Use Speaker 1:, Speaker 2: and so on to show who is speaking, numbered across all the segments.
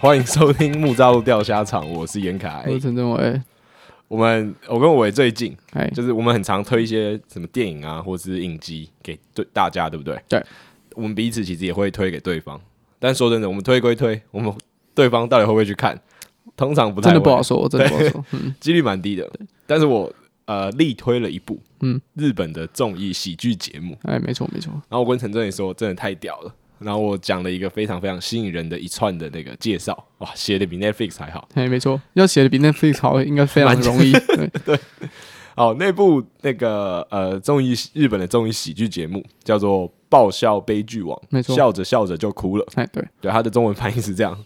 Speaker 1: 欢迎收听木栅路钓虾场，我是严凯
Speaker 2: 我。哎是陈政伟，
Speaker 1: 我们我跟伟最近
Speaker 2: 哎，
Speaker 1: 就是我们很常推一些什么电影啊，或是影集给对大家，对不对？
Speaker 2: 对，
Speaker 1: 我们彼此其实也会推给对方，但说真的，我们推归推，我们对方到底会不会去看，通常不太
Speaker 2: 真的不
Speaker 1: 会
Speaker 2: 好说，我真的不好说。嗯，
Speaker 1: 几率蛮低的。但是我呃力推了一部，
Speaker 2: 嗯，
Speaker 1: 日本的综艺喜剧节目，
Speaker 2: 哎，没错没错，
Speaker 1: 然后我跟陈正也说，真的太屌了。然后我讲了一个非常非常吸引人的一串的那个介绍，哇，写的比 Netflix 还好。
Speaker 2: 哎，没错，要写的比 Netflix 好，应该非常容易。对，
Speaker 1: 哦，那部那个呃综艺日本的综艺喜剧节目叫做《爆笑悲剧王》，
Speaker 2: 没错
Speaker 1: 笑着笑着就哭了。
Speaker 2: 哎，对，
Speaker 1: 对，它的中文翻译是这样。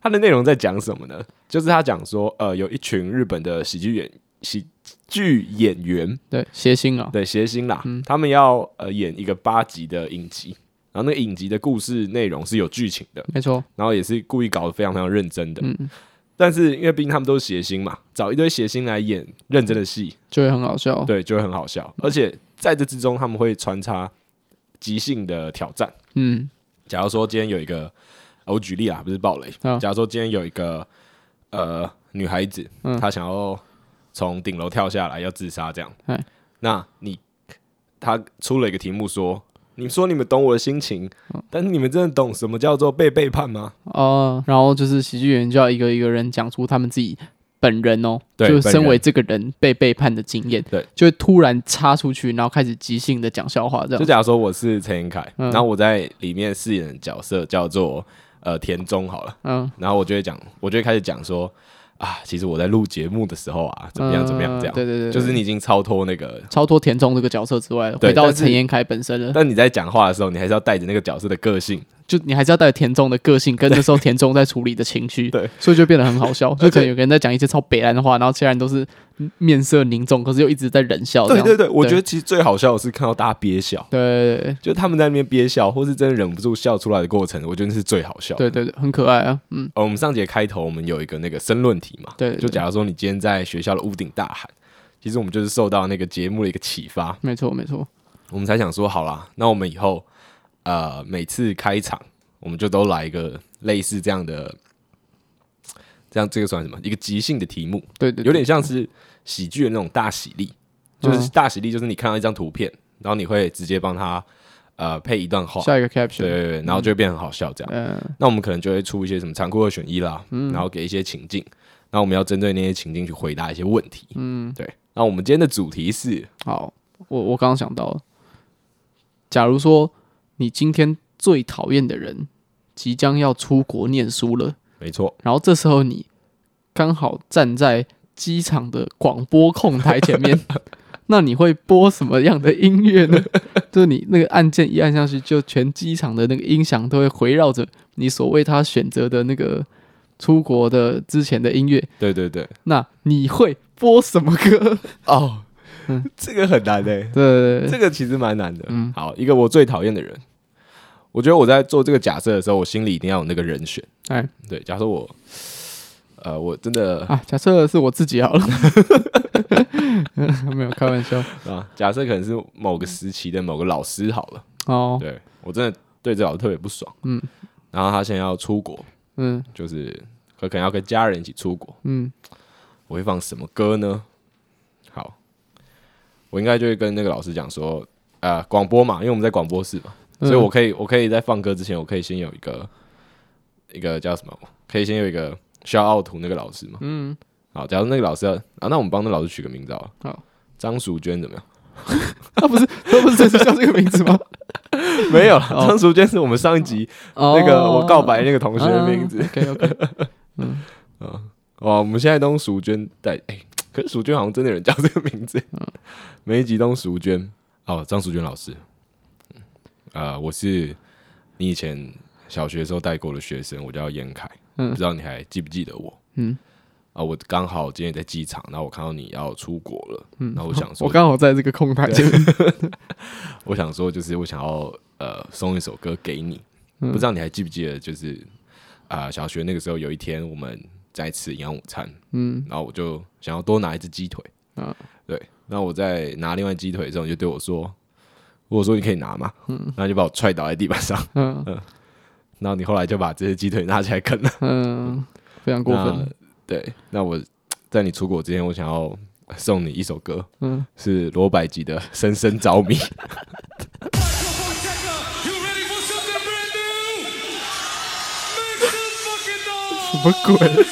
Speaker 1: 它的内容在讲什么呢？就是他讲说，呃，有一群日本的喜剧演喜剧演员，
Speaker 2: 对，谐星啊，
Speaker 1: 对谐星啦，他们要呃演一个八集的影集，然后那个影集的故事内容是有剧情的，
Speaker 2: 没错，
Speaker 1: 然后也是故意搞得非常非常认真的。
Speaker 2: 嗯，
Speaker 1: 但是因为毕竟他们都是谐星嘛，找一堆谐星来演认真的戏，
Speaker 2: 就会很好笑。
Speaker 1: 对，就会很好笑。而且在这之中，他们会穿插即兴的挑战。
Speaker 2: 嗯，
Speaker 1: 假如说今天有一个，呃我举例啊，不是暴雷。
Speaker 2: 啊
Speaker 1: 假如说今天有一个呃女孩子，
Speaker 2: 嗯
Speaker 1: 她想要从顶楼跳下来要自杀，这样
Speaker 2: 哎，
Speaker 1: 那你她出了一个题目说。你说你们懂我的心情，
Speaker 2: 嗯
Speaker 1: 但是你们真的懂什么叫做被背叛吗？
Speaker 2: 哦，然后就是喜剧演员就要一个一个人讲出他们自己本人哦，
Speaker 1: 对
Speaker 2: 就
Speaker 1: 本
Speaker 2: 身为
Speaker 1: 人
Speaker 2: 这个人被背叛的经验，
Speaker 1: 对，
Speaker 2: 就会突然插出去，然后开始即兴的讲笑话，这
Speaker 1: 就
Speaker 2: 样。
Speaker 1: 假如说我是陈彦凯，
Speaker 2: 嗯
Speaker 1: 然后我在里面饰演的角色叫做呃田中好了，
Speaker 2: 嗯，
Speaker 1: 然后我就会讲，我就会开始讲说啊，其实我在录节目的时候啊，怎么样怎么样
Speaker 2: 嗯
Speaker 1: 这样，
Speaker 2: 对对对，
Speaker 1: 就是
Speaker 2: 对
Speaker 1: 你已经超脱那个，
Speaker 2: 超脱田中这个角色之外，
Speaker 1: 对
Speaker 2: 回到
Speaker 1: 但是
Speaker 2: 陈彦凯本身了。
Speaker 1: 但你在讲话的时候，你还是要带着那个角色的个性，
Speaker 2: 就你还是要带着田中的个性，跟那时候田中在处理的情绪，
Speaker 1: 对，
Speaker 2: 所以就变得很好笑。就
Speaker 1: 且
Speaker 2: 可能有个人在讲一些超北兰的话，然后其他人都是面色凝重，可是又一直在忍笑哦这
Speaker 1: 对
Speaker 2: 样。
Speaker 1: 对对，我觉得其实最好笑的是看到大家憋笑，
Speaker 2: 对对
Speaker 1: 就他们在那边憋笑，或是真的忍不住笑出来的过程，我觉得那是最好笑。
Speaker 2: 对对对，很可爱啊，嗯，
Speaker 1: 哦，我们上节开头我们有一个那个申论题嘛，
Speaker 2: 对对对
Speaker 1: 就假如说你今天在学校的屋顶大喊，其实我们就是受到那个节目的一个启发，
Speaker 2: 没错没错，
Speaker 1: 我们才想说，好啦，那我们以后呃每次开场，我们就都来一个类似这样的，这样这个算什么？一个即兴的题目，
Speaker 2: 对对，对
Speaker 1: 有点像是喜剧的那种大喜力，就是
Speaker 2: 嗯
Speaker 1: 大喜力，就是你看到一张图片，然后你会直接帮他呃配一段话，
Speaker 2: 下一个
Speaker 1: 对
Speaker 2: caption，
Speaker 1: 对对，然后就会变得很好笑这样。
Speaker 2: 嗯，
Speaker 1: 那我们可能就会出一些什么残酷二选一啦，然后给一些情境，那我们要针对那些情境去回答一些问题，嗯，对。那我们今天的主题是，
Speaker 2: 好，我我刚刚想到了，假如说你今天最讨厌的人即将要出国念书了。
Speaker 1: 没错，
Speaker 2: 然后这时候你刚好站在机场的广播控台前面， 那你会播什么样的音乐呢？ 就是你那个按键一按下去，就全机场的那个音响都会围绕着你所谓他选择的那个出国的之前的音乐。
Speaker 1: 对对对，
Speaker 2: 那你会播什么歌？
Speaker 1: 哦，
Speaker 2: 嗯
Speaker 1: 这个很难诶、
Speaker 2: 对，
Speaker 1: 这个其实蛮难的。
Speaker 2: 嗯
Speaker 1: 好，一个我最讨厌的人，我觉得我在做这个假设的时候，我心里一定要有那个人选。
Speaker 2: 哎
Speaker 1: 对，假设我，呃，我真的
Speaker 2: 啊，假设是我自己好了， 没有开玩笑
Speaker 1: 啊，假设可能是某个时期的某个老师好了，
Speaker 2: 哦，
Speaker 1: 对我真的对这老师特别不爽，
Speaker 2: 嗯
Speaker 1: 然后他现在要出国，
Speaker 2: 嗯
Speaker 1: 就是可可能要跟家人一起出国，
Speaker 2: 嗯，
Speaker 1: 我会放什么歌呢？好，我应该就会跟那个老师讲说，呃，广播嘛，因为我们在广播室嘛，
Speaker 2: 嗯
Speaker 1: 所以我可以，我可以在放歌之前，我可以先有一个一个叫什么，可以先有一个肖奥图那个老师嘛。嗯，好，假如那个老师要啊，那我们帮那老师取个名字好了。
Speaker 2: 好，
Speaker 1: 张淑娟怎么样？
Speaker 2: 他不是他不是真是叫 这个名字吗？
Speaker 1: 没有了，
Speaker 2: 哦
Speaker 1: 张淑娟是我们上一集那个我告白那个同学
Speaker 2: 嗯
Speaker 1: 的名字。
Speaker 2: OK OK，
Speaker 1: 哦，我们现在都用淑娟代，哎、可是淑娟好像真的有人叫这个名字，
Speaker 2: 嗯
Speaker 1: 每一集都用淑娟。哦，张淑娟老师，呃，我是你以前小学时候带过的学生，我叫严凯，
Speaker 2: 嗯
Speaker 1: 不知道你还记不记得我？
Speaker 2: 嗯，
Speaker 1: 啊、我刚好今天也在机场，然后我看到你要出国了，嗯，然后我想说，
Speaker 2: 我
Speaker 1: 我
Speaker 2: 刚好在这个空台前面。
Speaker 1: 想说就是我想要呃送一首歌给你，
Speaker 2: 嗯
Speaker 1: 不知道你还记不记得，就是啊、小学那个时候有一天我们在吃营养午餐，
Speaker 2: 嗯，
Speaker 1: 然后我就想要多拿一只鸡腿，
Speaker 2: 啊
Speaker 1: 对，那我在拿另外鸡腿的时候，你就 对我说，我说你可以拿嘛，嗯，然后就把我踹倒在地板上，
Speaker 2: 嗯，
Speaker 1: 然后你后来就把这些鸡腿拿起来啃了，
Speaker 2: 嗯，非常过
Speaker 1: 那
Speaker 2: 分，
Speaker 1: 对，那我在你出国之前，我想要送你一首歌，
Speaker 2: 嗯，
Speaker 1: 是罗百吉的《深深着迷》。
Speaker 3: You ready for something brand new? Make some fucking noise!
Speaker 2: 什么鬼？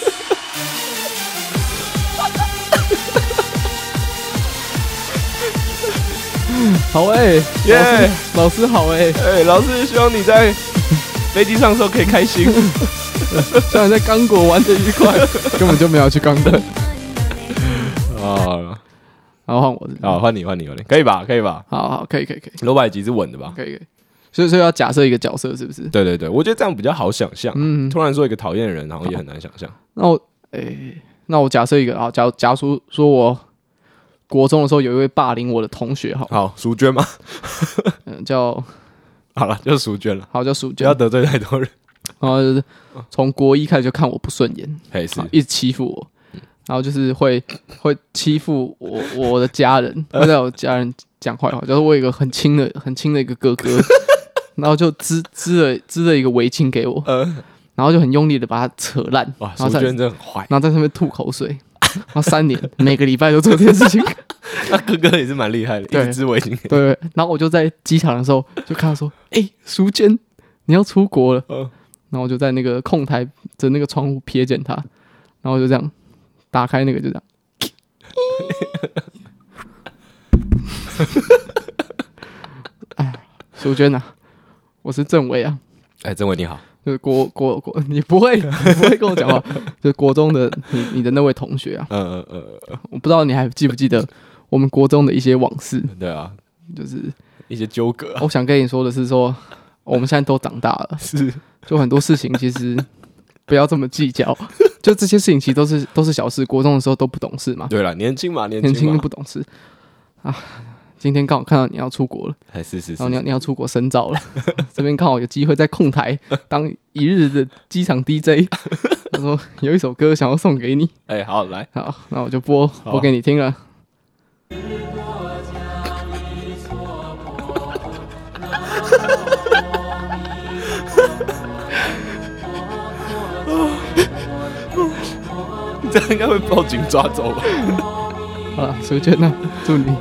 Speaker 2: 好哎、
Speaker 1: 耶
Speaker 2: 老师，老师好哎、
Speaker 1: 哎、老师，希望你在飞机上的时候可以开 心。
Speaker 2: 虽然在刚果玩的愉快，根本就没有去刚果。
Speaker 1: 啊，
Speaker 2: 然后换我是不是，
Speaker 1: 好，换你，换你，换你，可以吧？可以吧？
Speaker 2: 好好，可以可以可以
Speaker 1: 罗百吉是稳的吧？
Speaker 2: 可以可以，所以所以要假设一个角色是不是？
Speaker 1: 对对对，我觉得这样比较好想象。
Speaker 2: 嗯，
Speaker 1: 突然说一个讨厌的人，然后也很难想象。
Speaker 2: 那我诶、那我假设一个啊，假如假如说说我国中的时候有一位霸凌我的同学，好，
Speaker 1: 好，淑娟吗？
Speaker 2: 嗯，叫
Speaker 1: 好了，就是淑娟了，
Speaker 2: 好叫蜀
Speaker 1: 不
Speaker 2: 娟，
Speaker 1: 要得罪太多人。
Speaker 2: 然后就是从国一开始就看我不顺眼，
Speaker 1: 嘿，嗯是嗯
Speaker 2: 好一直欺负我，然后就是会会欺负我我的 家人，会在我家人讲坏话，就是我有一个很亲的很亲的一个哥 哥，然后就织织了织了一个围巾给我，然后就很用力的把它扯烂，
Speaker 1: 呃哇，
Speaker 2: 然
Speaker 1: 淑
Speaker 2: 后在
Speaker 1: 娟真的很坏。
Speaker 2: 然后在上面吐口水。然后三年，每个礼拜都做这件事情，
Speaker 1: 那哥哥也是蛮厉害的，
Speaker 2: 对
Speaker 1: 一只围巾。
Speaker 2: 对，然后我就在机场的时候就看到说， 哎、淑娟，你要出国了。
Speaker 1: 嗯
Speaker 2: 然后我就在那个控台的那个窗户瞥见她，然后就这样打开那个，就这样。 哎，淑娟啊，我是政委啊，
Speaker 1: 哎，郑伟你好，
Speaker 2: 就是国国国，你不会你不会跟我讲话， 就是国中的你你的那位同学啊，
Speaker 1: 嗯嗯
Speaker 2: 我不知道你还记不记得我们国中的一些往事，
Speaker 1: 嗯，对啊，
Speaker 2: 就是。
Speaker 1: 一些纠葛啊
Speaker 2: 我想跟你说的是说，我们现在都长大了，
Speaker 1: 是
Speaker 2: 就很多事情其实不要这么计较。就这些事情其实都是都是小事，国中的时候都不懂事嘛，
Speaker 1: 对了，年轻嘛，年
Speaker 2: 年轻
Speaker 1: 轻
Speaker 2: 就
Speaker 1: 嘛
Speaker 2: 不懂事啊。今天刚好看到你要出国了，
Speaker 1: 哎，是是
Speaker 2: 然后你要
Speaker 1: 是，
Speaker 2: 你要出国深造了，这边刚好有机会在控台当一日的机场 DJ。他说有一首歌想要送给你，
Speaker 1: 哎，好来，
Speaker 2: 好，那我就播播给你听了。
Speaker 1: 这样应该会报警抓走吧？
Speaker 2: 好了，淑娟呢，祝你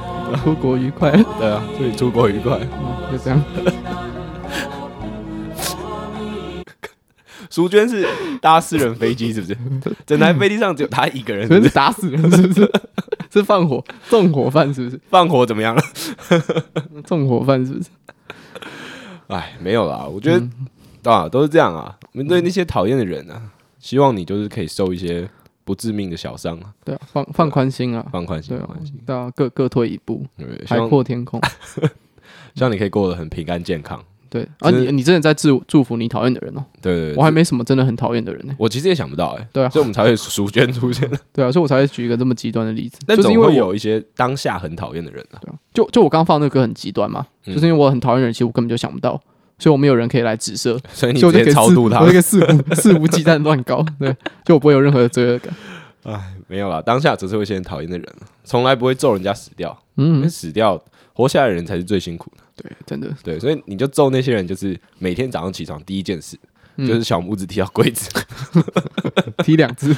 Speaker 2: 出国愉快，
Speaker 1: 对啊，祝你出国愉快。
Speaker 2: 嗯就这样。
Speaker 1: 淑娟是搭私人飞机是不是？ 整台飞机上只有她一个人，是
Speaker 2: 可
Speaker 1: 不
Speaker 2: 是
Speaker 1: 是？
Speaker 2: 打死人是不是？ 是放火纵火犯是不是？
Speaker 1: 放火怎么样了？
Speaker 2: 纵火犯是不是？
Speaker 1: 哎，没有啦，我觉得、啊都是这样啊。面对那些讨厌的人啊，希望你就是可以受一些不致命的小伤啊，
Speaker 2: 对啊，放放宽心啊，
Speaker 1: 放宽心，
Speaker 2: 对
Speaker 1: 放
Speaker 2: 啊
Speaker 1: 宽心。，
Speaker 2: 对啊，各各退一步，
Speaker 1: 对，希
Speaker 2: 啊海
Speaker 1: 望
Speaker 2: 阔 天空。
Speaker 1: 希望你可以过得很平安健康。
Speaker 2: 对啊，
Speaker 1: 真
Speaker 2: 你你真的在祝祝福你讨厌的人哦，
Speaker 1: 对对对，
Speaker 2: 我还没什么真的很讨厌的人呢。
Speaker 1: 我其实也想不到哎、
Speaker 2: 对啊
Speaker 1: 所以我们才会淑娟出 现。
Speaker 2: 对啊，所以我才会举一个这么极端的例子，
Speaker 1: 但
Speaker 2: 就是
Speaker 1: 总
Speaker 2: 因为
Speaker 1: 会
Speaker 2: 我
Speaker 1: 有一些当下很讨厌的人 啊。
Speaker 2: 对啊就就我刚放那个歌很极端嘛，
Speaker 1: 嗯
Speaker 2: 就是因为我很讨厌的人，其实我根本就想不到。所以我没有人可以来指涉，
Speaker 1: 所哎以你
Speaker 2: 所以
Speaker 1: 直
Speaker 2: 我就可
Speaker 1: 接
Speaker 2: 以
Speaker 1: 超
Speaker 2: 肆
Speaker 1: 度他
Speaker 2: 我就可以肆无肆无忌惮地乱搞，对，就我不会有任何的罪恶感。
Speaker 1: 没有啦，当下只是会先讨厌的人啊，从来不会咒人家死掉，因为
Speaker 2: 嗯，
Speaker 1: 死掉活下来的人才是最辛苦的。
Speaker 2: 对，真的，
Speaker 1: 对，所以你就咒那些人，就是每天早上起床第一件事
Speaker 2: 嗯
Speaker 1: 就是小拇指踢到柜 子，
Speaker 2: 踢两 只，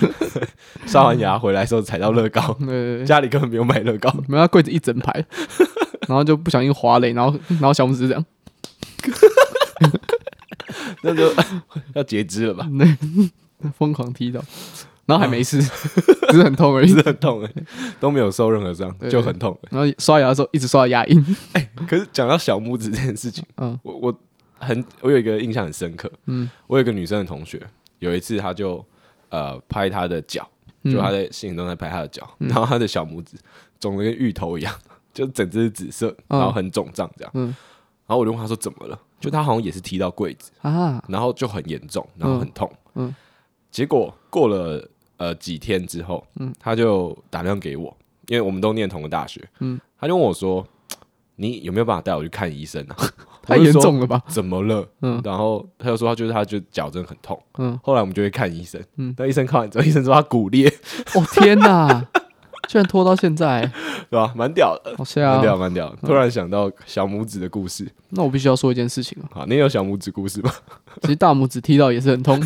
Speaker 1: 刷完牙回来的时候踩到乐高，
Speaker 2: 对对对，
Speaker 1: 家里根本没有买乐高，
Speaker 2: 没有，他柜子一整排， 然后就不小心滑嘞，然后然后小拇指这样，
Speaker 1: 那就 要截肢了吧？
Speaker 2: 嗯疯狂踢到，然后还没事， 只是很痛而已
Speaker 1: 是。很痛哎、都没有受任何伤，
Speaker 2: 对
Speaker 1: 就很痛、
Speaker 2: 然后刷牙的时候一直刷到牙龈，
Speaker 1: 可是讲到小拇指这件事情，
Speaker 2: 嗯
Speaker 1: 我我很我有一个印象很深刻，
Speaker 2: 嗯
Speaker 1: 我有一个女生的同学，有一次她就呃拍她的脚，
Speaker 2: 嗯
Speaker 1: 就她在现实中在拍她的脚，然后她的小拇指肿的跟芋头一样， 就整只是紫色，
Speaker 2: 嗯
Speaker 1: 然后很肿胀这样。
Speaker 2: 嗯
Speaker 1: 然后我就问她说怎么了，就她好像也是踢到柜子，
Speaker 2: 啊，
Speaker 1: 然后就很严重，然后很痛。
Speaker 2: 嗯嗯
Speaker 1: 结果过了呃几天之后，嗯，她就打电话给我，因为我们都念同个大学，嗯
Speaker 2: 嗯，
Speaker 1: 她就问我说。你有没有办法带我去看医 生啊？
Speaker 2: 太严重了吧？
Speaker 1: 怎么了？
Speaker 2: 嗯
Speaker 1: 然后他就说他就是他就脚真的很痛，
Speaker 2: 嗯，
Speaker 1: 后来我们就会看医生，
Speaker 2: 嗯
Speaker 1: 但医生看完之后，医生说他骨裂，
Speaker 2: 哦天哪，居然拖到现在、
Speaker 1: 对吧？蛮屌的，
Speaker 2: 好香、
Speaker 1: 蛮屌，
Speaker 2: 啊！
Speaker 1: 蛮屌的。突然想到小拇指的故事，
Speaker 2: 那我必须要说一件事情啊，
Speaker 1: 好，你有小拇指故事吗？
Speaker 2: 其实大拇指踢到也是很 痛。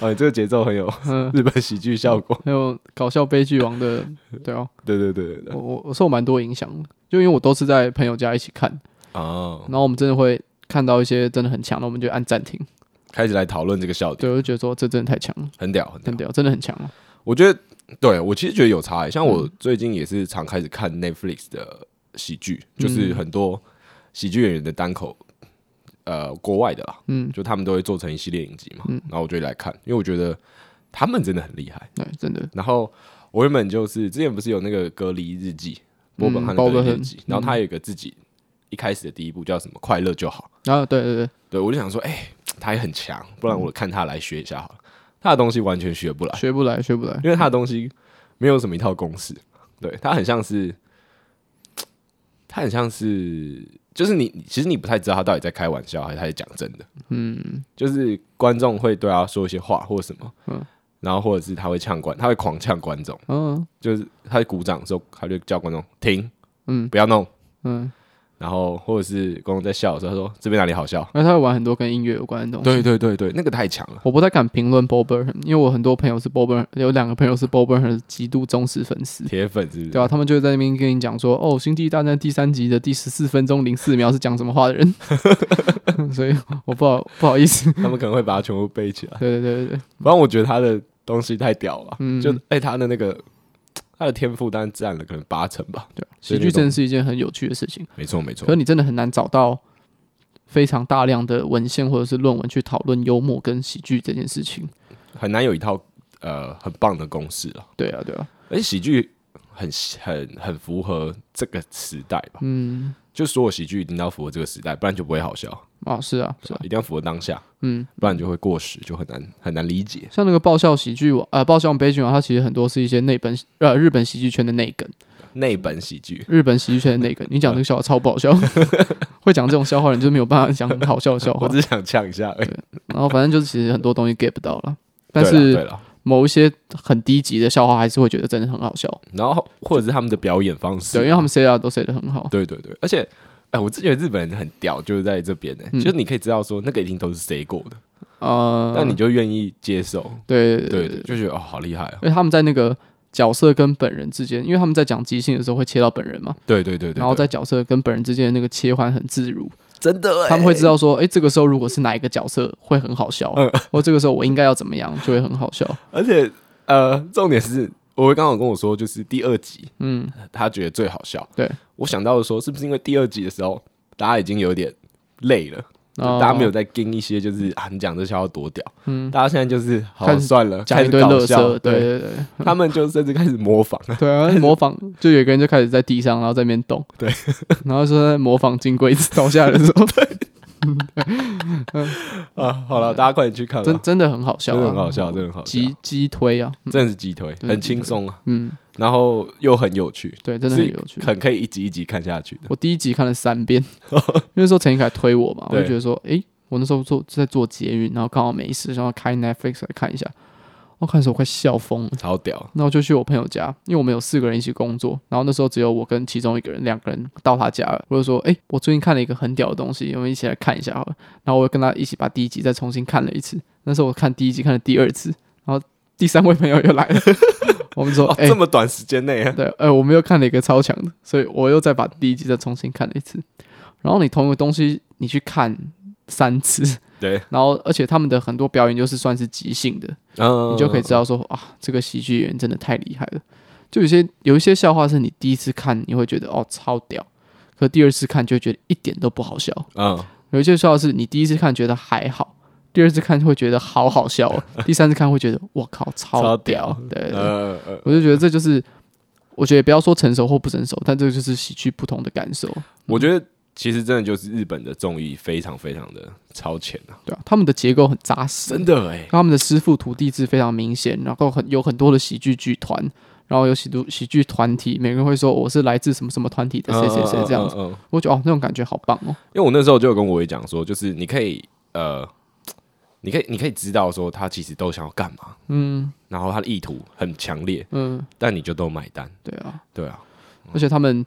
Speaker 1: 啊，你这个节奏很有
Speaker 2: 嗯，
Speaker 1: 日本喜剧效果。
Speaker 2: 还有搞笑悲剧王的，对哦、
Speaker 1: 对对对对对
Speaker 2: 我，我我受蛮多影响的，就因为我都是在朋友家一起看，
Speaker 1: 哦，
Speaker 2: 然后我们真的会看到一些真的很强的，我们就按暂停。
Speaker 1: 开始来讨论这个笑点，
Speaker 2: 对，我就觉得说这真的太强了，
Speaker 1: 很屌，很屌
Speaker 2: 很。屌，真的很强哦。
Speaker 1: 我觉得，对我其实觉得有差、欸。像我最近也是常开始看 Netflix 的喜剧，就是很多喜剧演员的单口，呃，国外的啦，
Speaker 2: 嗯，
Speaker 1: 就他们都会做成一系列影集嘛。然后我就会来看，因为我觉得他们真的很厉害。
Speaker 2: 对，真的，
Speaker 1: 然后我原本就是之前不是有那个隔离日记，嗯波本汉嗯
Speaker 2: 鲍
Speaker 1: 的隔
Speaker 2: 勃
Speaker 1: 离日
Speaker 2: 亨
Speaker 1: 记，然后他有一个自己一开始的第一部叫什么“快乐就好
Speaker 2: 然后对对对，”，
Speaker 1: 对我就想说，哎、他也很强，不然我看他来学一下好了。他的东西完全学不来。
Speaker 2: 学不来，学不来，
Speaker 1: 因为他的东西没有什么一套公式，对，它很像是，它很像是，就是你你其实你不太知道他到底在开玩笑还是他在讲真的，嗯，就是观众会对他说一些话或什么，嗯
Speaker 2: 嗯，
Speaker 1: 然后或者是他会呛观，他会狂呛观众，
Speaker 2: 嗯
Speaker 1: 就是他鼓掌的时候，他就叫观众停，
Speaker 2: 嗯
Speaker 1: 不要弄，
Speaker 2: 嗯，
Speaker 1: 然后或者是观众在笑的时候，他说这边哪里好笑，
Speaker 2: 而且他会玩很多跟音乐有关的东
Speaker 1: 对
Speaker 2: 西。
Speaker 1: 对对对，那个太强了，
Speaker 2: 我不太敢评论 Bob Burnham，因为我很多朋友是 Bob Burnham，有两个朋友是 Bob Burnham 的极度忠实粉丝，
Speaker 1: 铁粉是不是？
Speaker 2: 对啊，他们就会在那边跟你讲说，哦，《星际大战》第三集的第十四分钟零四秒是讲什么话的人， 所以我不好不好意思。
Speaker 1: 他们可能会把它全部背起来。
Speaker 2: 对对对对对，
Speaker 1: 反正我觉得他的东西太屌了，
Speaker 2: 嗯
Speaker 1: 就哎、他的那个他的天赋当然占了可能八成吧，对，
Speaker 2: 喜剧真的是一件很有趣的事情，
Speaker 1: 没错没错
Speaker 2: 可，是你真的很难找到非常大量的文献或者是论文去讨论幽默跟喜剧这件事情。
Speaker 1: 很难有一套呃很棒的公式啊，
Speaker 2: 对啊，对啊，
Speaker 1: 而且喜剧很很很符合这个时代吧，
Speaker 2: 嗯，
Speaker 1: 就所有喜剧一定要符合这个时代，不然就不会好笑，
Speaker 2: 啊，是啊，
Speaker 1: 对
Speaker 2: 是
Speaker 1: 吧
Speaker 2: 啊，
Speaker 1: 一定要符合当下，
Speaker 2: 嗯。
Speaker 1: 不然就会过时，就很难很难理解。
Speaker 2: 像那个爆笑喜剧王，呃，爆笑悲剧王，它其实很多是一些内本 呃日本喜剧圈的内梗，
Speaker 1: 内本喜剧
Speaker 2: 日本喜剧圈的内 梗。你讲这个笑话超不好笑，会讲这种笑话的人就没有办法讲很好笑的笑
Speaker 1: 我
Speaker 2: 话。
Speaker 1: 只想呛一下而已，
Speaker 2: 然后反正就是其实很多东西 get 不到了，但
Speaker 1: 对了对
Speaker 2: 是
Speaker 1: 了，
Speaker 2: 某一些很低级的笑话还是会觉得真的很好笑，
Speaker 1: 然后或者是他们的表演方式，
Speaker 2: 对，因为他们 say 啊都 say 的很好，
Speaker 1: 对对对，而且，哎、我自己觉得日本人很屌，就是在这边呢、欸
Speaker 2: 嗯
Speaker 1: 就是你可以知道说那个一定都是 say 过的，
Speaker 2: 呃，
Speaker 1: 那、你就愿意接受，
Speaker 2: 对
Speaker 1: 对
Speaker 2: 对对
Speaker 1: 对，
Speaker 2: 对，
Speaker 1: 就觉得哦，好厉害啊，
Speaker 2: 因为他们在那个角色跟本人之间，因为他们在讲即兴的时候会切到本人嘛，
Speaker 1: 对对对对，
Speaker 2: 然后
Speaker 1: 对
Speaker 2: 在角色跟本人之间的那个切换很自如。
Speaker 1: 真的、欸，
Speaker 2: 他们会知道说，哎、这个时候如果是哪一个角色会很好笑，
Speaker 1: 嗯
Speaker 2: 或这个时候我应该要怎么样就会很好笑。
Speaker 1: 而且呃，重点是，我刚好跟我说，就是第二集
Speaker 2: 嗯，
Speaker 1: 他觉得最好笑，
Speaker 2: 对，
Speaker 1: 我想到的说，是不是因为第二集的时候大家已经有点累了？就大家没有在跟一些就是啊，你讲这笑话多屌，
Speaker 2: 哦嗯
Speaker 1: 大家现在就是好
Speaker 2: 开始
Speaker 1: 算了，
Speaker 2: 讲
Speaker 1: 开
Speaker 2: 一
Speaker 1: 始
Speaker 2: 堆
Speaker 1: 搞
Speaker 2: 乐
Speaker 1: 笑，
Speaker 2: 色，对
Speaker 1: 对，
Speaker 2: 对对
Speaker 1: 他们就甚至开始模仿，
Speaker 2: 对啊，模仿就有一个人就开始在地上，然后在那边动，
Speaker 1: 对，
Speaker 2: 然后说在模仿金龟子倒下来的 时候，
Speaker 1: 啊，好
Speaker 2: 嗯
Speaker 1: 了，大家快点去看吧，
Speaker 2: 真真的很好笑、啊，
Speaker 1: 真的很好笑，真的很好笑，
Speaker 2: 击击推啊，
Speaker 1: 真的是鸡腿，
Speaker 2: 对
Speaker 1: 很轻松啊，
Speaker 2: 嗯，
Speaker 1: 然后又很有趣，
Speaker 2: 对，真的很有趣
Speaker 1: 是。很可以一集一集看下去的。
Speaker 2: 我第一集看了三遍，因为说陈以凯推我嘛，我
Speaker 1: 对
Speaker 2: 就觉得说，诶，我那时候做在做捷运，然后刚好没事，然后开 Netflix 来看一下，我看的时候快笑疯了。
Speaker 1: 超屌，
Speaker 2: 那我就去我朋友家，因为我们有四个人一起工作，然后那时候只有我跟其中一个人，两个人到他家了。我就说，哎、我最近看了一个很屌的东西，我们一起来看一下好了。然后我又跟他一起把第一集再重新看了一次。那时候我看第一集看了第二次，然后第三位朋友又来了， 我们说，
Speaker 1: 哦，
Speaker 2: 哎、
Speaker 1: 这么短时间内啊，
Speaker 2: 对，呃，我们又看了一个超强的，所以我又再把第一集再重新看了一次。然后你同一个东西你去看三次，
Speaker 1: 对，
Speaker 2: 然后而且他们的很多表演就是算是即兴的，
Speaker 1: 嗯
Speaker 2: 你就可以知道说啊，这个喜剧演员真的太厉害了。就有些有一些笑话是你第一次看你会觉得哦超屌，可第二次看就会觉得一点都不好笑。
Speaker 1: 嗯，
Speaker 2: 有一些笑话是你第一次看觉得还好，第二次看会觉得好好笑、哦，第三次看会觉得我靠超
Speaker 1: 超屌
Speaker 2: 对对对
Speaker 1: 呃呃，
Speaker 2: 我就觉得这就是，我觉得不要说成熟或不成熟，但这个就是喜剧不同的感受，
Speaker 1: 我觉得其实真的就是日本的综艺非常非常的超前啊，
Speaker 2: 对啊，他们的结构很扎实，
Speaker 1: 真的哎，
Speaker 2: 他们的师傅徒弟制非常明显，然后很有很多的喜剧剧团，然后有喜剧喜剧团体，每个人会说我是来自什么什么团体的谁谁谁这样子，
Speaker 1: 嗯，嗯嗯嗯
Speaker 2: 我觉得哦那种感觉好棒哦，
Speaker 1: 因为我那时候就有跟我也讲说，就是你可以呃，你可以你可以知道说他其实都想要干嘛，
Speaker 2: 嗯
Speaker 1: 然后他的意图很强烈，
Speaker 2: 嗯，
Speaker 1: 但你就都买单，
Speaker 2: 对啊，
Speaker 1: 对啊，
Speaker 2: 而且他们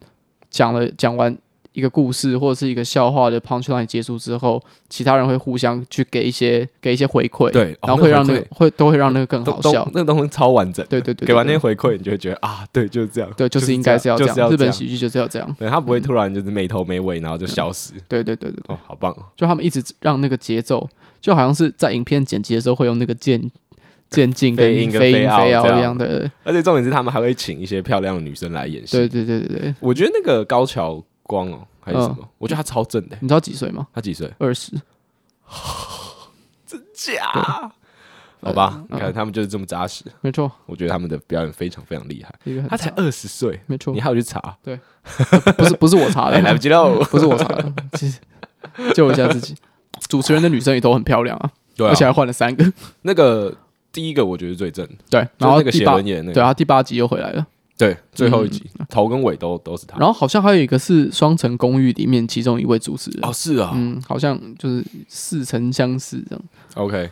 Speaker 2: 讲了讲完一个故事或者是一个笑话的 punchline 结束之后，其他人会互相去给一些给一些回馈，，
Speaker 1: 对，哦
Speaker 2: 然后会让那
Speaker 1: 那
Speaker 2: 个会都会让那个更好
Speaker 1: 都
Speaker 2: 笑
Speaker 1: 都，那个东西超完整，
Speaker 2: 对对对，
Speaker 1: 给完那
Speaker 2: 对
Speaker 1: 些回馈，你就会觉得啊，对，就是这样，
Speaker 2: 对，就是应该是要
Speaker 1: 就
Speaker 2: 这
Speaker 1: 是要
Speaker 2: 样，
Speaker 1: 这
Speaker 2: 日
Speaker 1: 样
Speaker 2: 本喜剧嗯就是要这样，
Speaker 1: 对他不会突然就是没头没尾，然后就消失，
Speaker 2: 对对对对，对
Speaker 1: 哦，好棒哦，
Speaker 2: 就他们一直让那个节奏，就好像是在影片剪辑的时候会用那个渐渐进跟
Speaker 1: 飞音跟
Speaker 2: 飞
Speaker 1: 飞
Speaker 2: 音
Speaker 1: 奥
Speaker 2: 飞
Speaker 1: 这
Speaker 2: 奥
Speaker 1: 样
Speaker 2: 一样的，
Speaker 1: 而且重点是他们还会请一些漂亮的女生来演戏，
Speaker 2: 对对对对对，
Speaker 1: 我觉得那个高桥光哦，还是什么，
Speaker 2: 嗯
Speaker 1: 我觉得他超正的欸、
Speaker 2: 你知道几岁吗？
Speaker 1: 他几岁？
Speaker 2: 二十，
Speaker 1: 假？好吧，
Speaker 2: 嗯
Speaker 1: 你看他们就是这么扎实，
Speaker 2: 没错，
Speaker 1: 我觉得他们的表演非常非常厉害。
Speaker 2: 一个很
Speaker 1: 他才
Speaker 2: 长
Speaker 1: 二十岁，
Speaker 2: 没错
Speaker 1: 你，还有去查？
Speaker 2: 不是不是我查的
Speaker 1: 哎，，来不及喽。
Speaker 2: 不是我 查的，其实救一下自己。主持人的女生也都很漂亮啊，
Speaker 1: 对
Speaker 2: 而且
Speaker 1: 啊，
Speaker 2: 还换了三个。
Speaker 1: 那个第一个我觉得最正，
Speaker 2: 对，然
Speaker 1: 就
Speaker 2: 后
Speaker 1: 是那个
Speaker 2: 第
Speaker 1: 写
Speaker 2: 八
Speaker 1: 轮眼那
Speaker 2: 对
Speaker 1: 个，
Speaker 2: 啊，第八集又回来了。
Speaker 1: 对，最后一集头跟尾都都是他。
Speaker 2: 然后好像还有一个是《双层公寓》里面其中一位主持人，
Speaker 1: 哦，是啊
Speaker 2: 嗯，好像就是似曾相识这样。
Speaker 1: ，OK，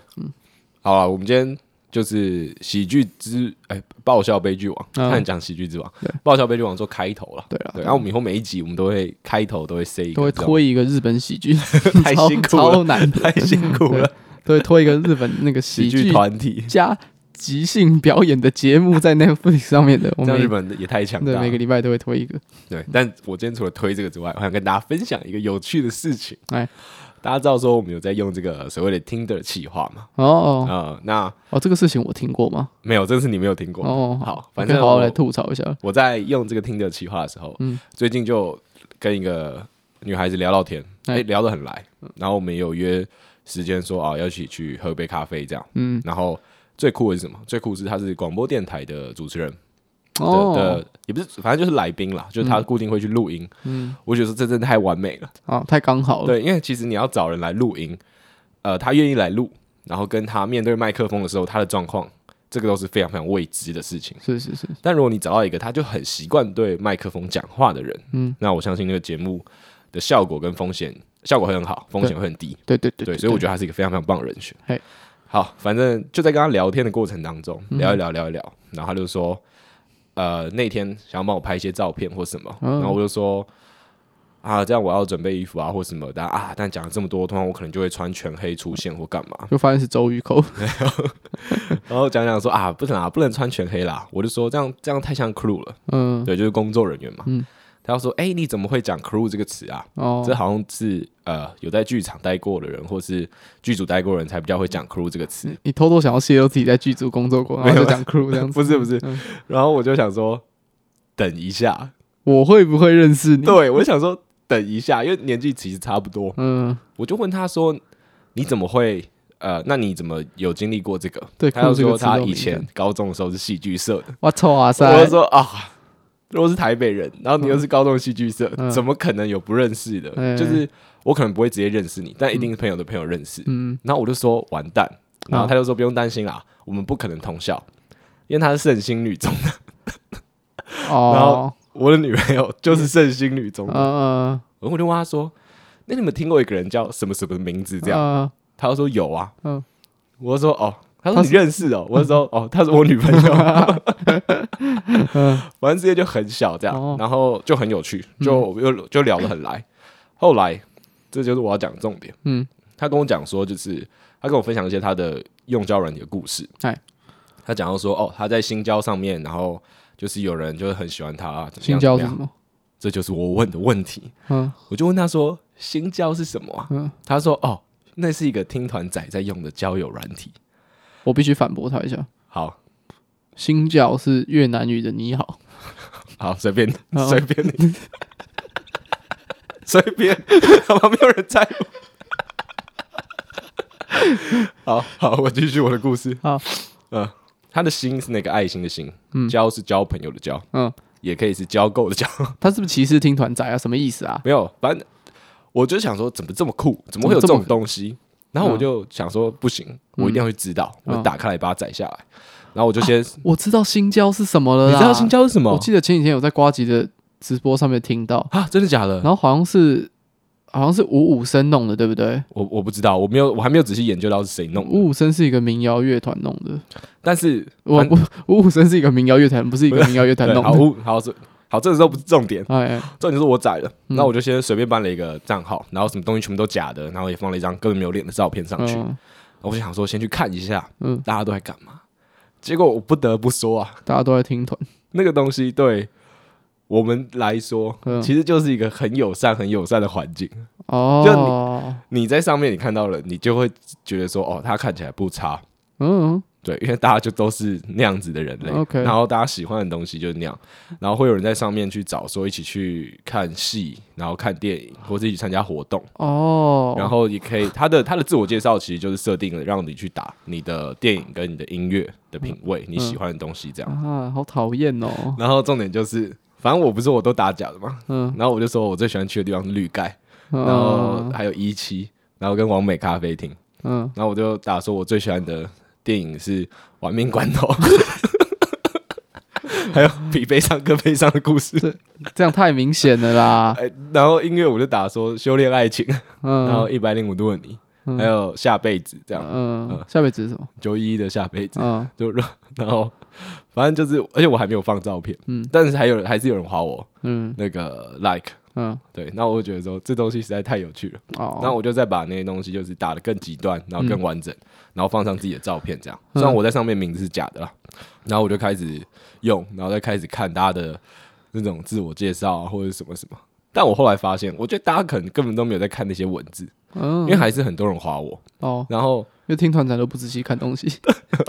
Speaker 1: 好了，我们今天。就是喜剧之哎，爆笑悲剧王，
Speaker 2: 嗯
Speaker 1: 看讲喜剧之王
Speaker 2: 对，
Speaker 1: 爆笑悲剧王做开头了。
Speaker 2: 对了，啊
Speaker 1: 对，然后我们以后每一集我们都会开头都会塞一个，
Speaker 2: 都会
Speaker 1: 这样
Speaker 2: 拖一个日本喜剧，
Speaker 1: 太
Speaker 2: 超
Speaker 1: 辛苦了
Speaker 2: 超难的，
Speaker 1: 太辛苦了，
Speaker 2: 都会拖一个日本那个喜
Speaker 1: 喜剧
Speaker 2: 剧
Speaker 1: 团体，
Speaker 2: 加即兴表演的节目在 Netflix 上 面的，我
Speaker 1: 这样
Speaker 2: 们
Speaker 1: 日本也太强大
Speaker 2: 对
Speaker 1: 了
Speaker 2: 每。个礼拜都会拖一个。
Speaker 1: 对，但我今天除了推这个之外，我想跟大家分享一个有趣的事情。
Speaker 2: 哎，
Speaker 1: 大家知道说我们有在用这个所谓的 Tinder 企划嘛？
Speaker 2: 哦哦
Speaker 1: 呃，那
Speaker 2: 哦，这个事情我听过吗？
Speaker 1: 没有，这是你没有听过。
Speaker 2: 哦，
Speaker 1: 好，
Speaker 2: 我
Speaker 1: 反
Speaker 2: 可以
Speaker 1: 正
Speaker 2: 好好
Speaker 1: 我
Speaker 2: 来吐槽一下。
Speaker 1: 我在用这个 Tinder 企划的时候，
Speaker 2: 嗯
Speaker 1: 最近就跟一个女孩子聊到天，哎、
Speaker 2: 哎
Speaker 1: 聊得很来，然后我们也有约时间说啊，要一起去喝杯咖啡这样。
Speaker 2: 嗯，
Speaker 1: 然后最酷的是什么？最酷的是她是广播电台的主持人，的
Speaker 2: 哦
Speaker 1: 的，也不是，反正就是来宾啦，就是他固定会去录音。
Speaker 2: 嗯，
Speaker 1: 我觉得这真的太完美了，
Speaker 2: 啊，太刚好了。
Speaker 1: 对，因为其实你要找人来录音，呃，他愿意来录，然后跟他面对麦克风的时候，他的状况，这个都是非常非常未知的事情。
Speaker 2: 是是是，
Speaker 1: 但如果你找到一个他就很习惯对麦克风讲话的人，
Speaker 2: 嗯，
Speaker 1: 那我相信那个节目的效果跟风险效果会很好，风险会很低。
Speaker 2: 对对
Speaker 1: 对
Speaker 2: 对
Speaker 1: 所以我觉得他是一个非常非常棒的人选
Speaker 2: 嘿。嗯
Speaker 1: 好，反正就在跟他聊天的过程当中，聊一聊，聊一聊，然后他就说，呃，那天想要帮我拍一些照片或什么，
Speaker 2: 嗯
Speaker 1: 然后我就说，啊，这样我要准备衣服啊或什么的啊，但讲了这么多，通常我可能就会穿全黑出现或干嘛
Speaker 2: 得，就发现是周瑜口，
Speaker 1: 然后讲讲说啊，不能啊，不能穿全黑啦，我就说这样这样太像 crew 了，
Speaker 2: 嗯，
Speaker 1: 对，就是工作人员嘛，
Speaker 2: 嗯
Speaker 1: 他就说，哎、你怎么会讲 crew 这个词啊？
Speaker 2: 哦，
Speaker 1: 这好像是呃有在剧场待过的人，或是剧组待过的人才比较会讲 crew 这个词。
Speaker 2: 你偷偷想要泄露自己在剧组工作过，然后就讲 crew 这样
Speaker 1: 不
Speaker 2: 子。
Speaker 1: 是不是
Speaker 2: 嗯
Speaker 1: 然后我就想说，等一下，
Speaker 2: 我会不会认识你？
Speaker 1: 对我想说等一下，因为年纪其实差不多，
Speaker 2: 嗯，
Speaker 1: 我就问他说，你怎么会？呃，那你怎么有经历过这个？
Speaker 2: 对
Speaker 1: 他就
Speaker 2: crew 这个
Speaker 1: 说
Speaker 2: 词都
Speaker 1: 他
Speaker 2: 敏
Speaker 1: 以
Speaker 2: 感
Speaker 1: 前高中的时候是戏剧社的。
Speaker 2: 我操啊塞！
Speaker 1: 我就说啊，如果是台北人，然后你又是高中戏剧社，
Speaker 2: 嗯
Speaker 1: 怎么可能有不认识的？
Speaker 2: 嗯
Speaker 1: 就是我可能不会直接认识你，但一定是朋友的朋友认识。
Speaker 2: 嗯，啊
Speaker 1: 然后我就说完蛋，然后他就说不用担心啦，我们不可能同校，因为她是圣心女中 的，然后，
Speaker 2: 哦
Speaker 1: 我的女朋友就是圣心女中
Speaker 2: 嗯
Speaker 1: 的，
Speaker 2: 嗯，
Speaker 1: 然后我就问她说，那你们听过一个人叫什么什么名字这样？
Speaker 2: 样，
Speaker 1: 她就说有啊，
Speaker 2: 嗯
Speaker 1: 我就说哦，她说你认识哦，我就说哦，她是我女朋友，啊
Speaker 2: 嗯
Speaker 1: 反正之间就很小这
Speaker 2: 哦嗯
Speaker 1: 样，然后就很有趣，就又就聊得很来。后来这就是我要讲的重点，
Speaker 2: 嗯
Speaker 1: 他跟我讲说，就是他跟我分享一些他的用交软体的故事。
Speaker 2: 哎，
Speaker 1: 他讲到说，哦，他在新交上面，然后就是有人就是很喜欢他，啊怎么
Speaker 2: 新
Speaker 1: 样
Speaker 2: 交
Speaker 1: 怎
Speaker 2: 是
Speaker 1: 么
Speaker 2: 什
Speaker 1: 样？
Speaker 2: 么？
Speaker 1: 这就是我问的问题。
Speaker 2: 嗯
Speaker 1: 我就问他说，新交是什么啊？
Speaker 2: 嗯，
Speaker 1: 他说，哦，那是一个听团仔在用的交友软体。
Speaker 2: 我必须反驳他一下。
Speaker 1: 好
Speaker 2: 新教是越南语的你好，
Speaker 1: 好，随便你，
Speaker 2: 哦
Speaker 1: 随便 你，随便，好吧，没有人在乎。 好好，我继续我的故事。
Speaker 2: 好，
Speaker 1: 嗯，他的心是那个爱心的心，
Speaker 2: 嗯
Speaker 1: 交是交朋友的交，
Speaker 2: 嗯，
Speaker 1: 也可以是交够的交。
Speaker 2: 他是不是歧视听团仔啊？什么意思啊？
Speaker 1: 没有，反正我就想说，怎么这么酷，怎么会有这
Speaker 2: 怎么这
Speaker 1: 种
Speaker 2: 么
Speaker 1: 东西？然后我就想说，不行，我一定要去知道，我就
Speaker 2: 嗯啊
Speaker 1: 打开来把它载下来。然后我就先，你
Speaker 2: 我知道新交是什么了啦。
Speaker 1: 知道新交是什么
Speaker 2: 我记得前几天有在瓜吉的直播上面听到，
Speaker 1: 啊？真的假的？
Speaker 2: 然后好像是好像是五五声弄的，对不对？
Speaker 1: 我我不知道，我没有，我还没有仔细研究到是谁弄的，
Speaker 2: 五五声是一个民谣乐团弄的，
Speaker 1: 但是
Speaker 2: 我
Speaker 1: 反
Speaker 2: 不五五声是一个民谣乐团，不是一个民谣乐团
Speaker 1: 对啊
Speaker 2: 弄
Speaker 1: 好
Speaker 2: 的。
Speaker 1: 我好这好，这个时候不是重点，
Speaker 2: 哎，哎
Speaker 1: 重点是我载了，
Speaker 2: 嗯
Speaker 1: 那我就先随便办了一个账号，然后什么东西全部都假的，然后也放了一张根本没有脸的照片上去，
Speaker 2: 嗯，
Speaker 1: 我就想说先去看一下，
Speaker 2: 嗯
Speaker 1: 大家都在干嘛？结果我不得不说啊，
Speaker 2: 大家都在听团，
Speaker 1: 那个东西对我们来说，
Speaker 2: 嗯
Speaker 1: 其实就是一个很友善、很友善的环境。
Speaker 2: 哦，
Speaker 1: 你在上面你看到了，你就会觉得说，哦，他看起来不差，
Speaker 2: 嗯，
Speaker 1: 对，因为大家就都是那样子的人类
Speaker 2: OK
Speaker 1: 然后大家喜欢的东西就是那样，然后会有人在上面去找说一起去看戏，然后看电影，或者一起参加活动，
Speaker 2: 哦，
Speaker 1: 然后也可以，他的他的自我介绍其实就是设定了让你去打你的电影跟你的音乐的品味，
Speaker 2: 嗯
Speaker 1: 你喜欢的东西这样。
Speaker 2: 啊，好讨厌哦，
Speaker 1: 然后重点就是，反正我不是我都打假的嘛，
Speaker 2: 嗯，
Speaker 1: 然后我就说我最喜欢去的地方是绿盖，
Speaker 2: 然
Speaker 1: 然后还有一期，然后跟王美咖啡厅，
Speaker 2: 嗯，
Speaker 1: 然后我就打说我最喜欢的电影是《玩命关头》，还有《比悲伤更悲伤的故事》。
Speaker 2: 这样太明显了啦，
Speaker 1: 哎，然后音乐我就打说《修炼爱情》，然后《
Speaker 2: 嗯
Speaker 1: 一百零五度的你》，
Speaker 2: 嗯
Speaker 1: 还有《下辈子》这样，
Speaker 2: 嗯，下辈子是 什么？
Speaker 1: 九一一的下辈子。
Speaker 2: 嗯
Speaker 1: 就 然后，反正就是，而且我还没有放照片，
Speaker 2: 嗯
Speaker 1: 但是还有还是有人划我
Speaker 2: 嗯
Speaker 1: 那个 like，
Speaker 2: 嗯，
Speaker 1: 对，那我就觉得说这东西实在太有趣了，
Speaker 2: 哦，
Speaker 1: 那我就再把那些东西就是打得更极端，然后更完整，然后放上自己的照片，这样。
Speaker 2: 嗯
Speaker 1: 虽然我在上面名字是假的啦，然后我就开始用，然后再开始看大家的那种自我介绍啊，或者什么什么。但我后来发现，我觉得大家可能根本都没有在看那些文字，因
Speaker 2: 嗯
Speaker 1: 为还是很多人划我，
Speaker 2: 哦，
Speaker 1: 然后
Speaker 2: 因为听团长都不仔细看东西，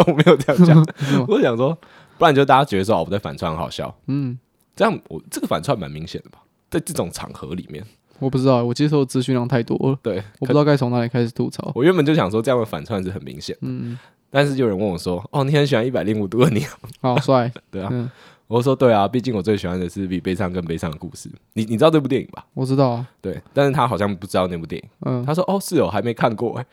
Speaker 1: 我没有这样讲，
Speaker 2: 是 吗
Speaker 1: 我想说，不然就大家觉得说哦，我在反串很好笑，
Speaker 2: 嗯，
Speaker 1: 这样我这个反串蛮明显的吧？在这种场合里面，
Speaker 2: 我不知道，我接受的资讯量太多了，
Speaker 1: 对，
Speaker 2: 我不
Speaker 1: 可
Speaker 2: 知道该从哪里开始吐槽，
Speaker 1: 我原本就想说这样的反串是很明显，
Speaker 2: 嗯，
Speaker 1: 但是有人问我说：“哦，你很喜欢一百零五度的你啊
Speaker 2: 好哦 帅，？”
Speaker 1: 对啊，
Speaker 2: 嗯，
Speaker 1: 我说：“对啊，毕竟我最喜欢的是比悲伤更悲伤的故事。你”你知道这部电影吧？
Speaker 2: 我知道啊，
Speaker 1: 对，但是他好像不知道那部电影。
Speaker 2: 嗯，
Speaker 1: 他说：“哦，是哦，还没看过、欸。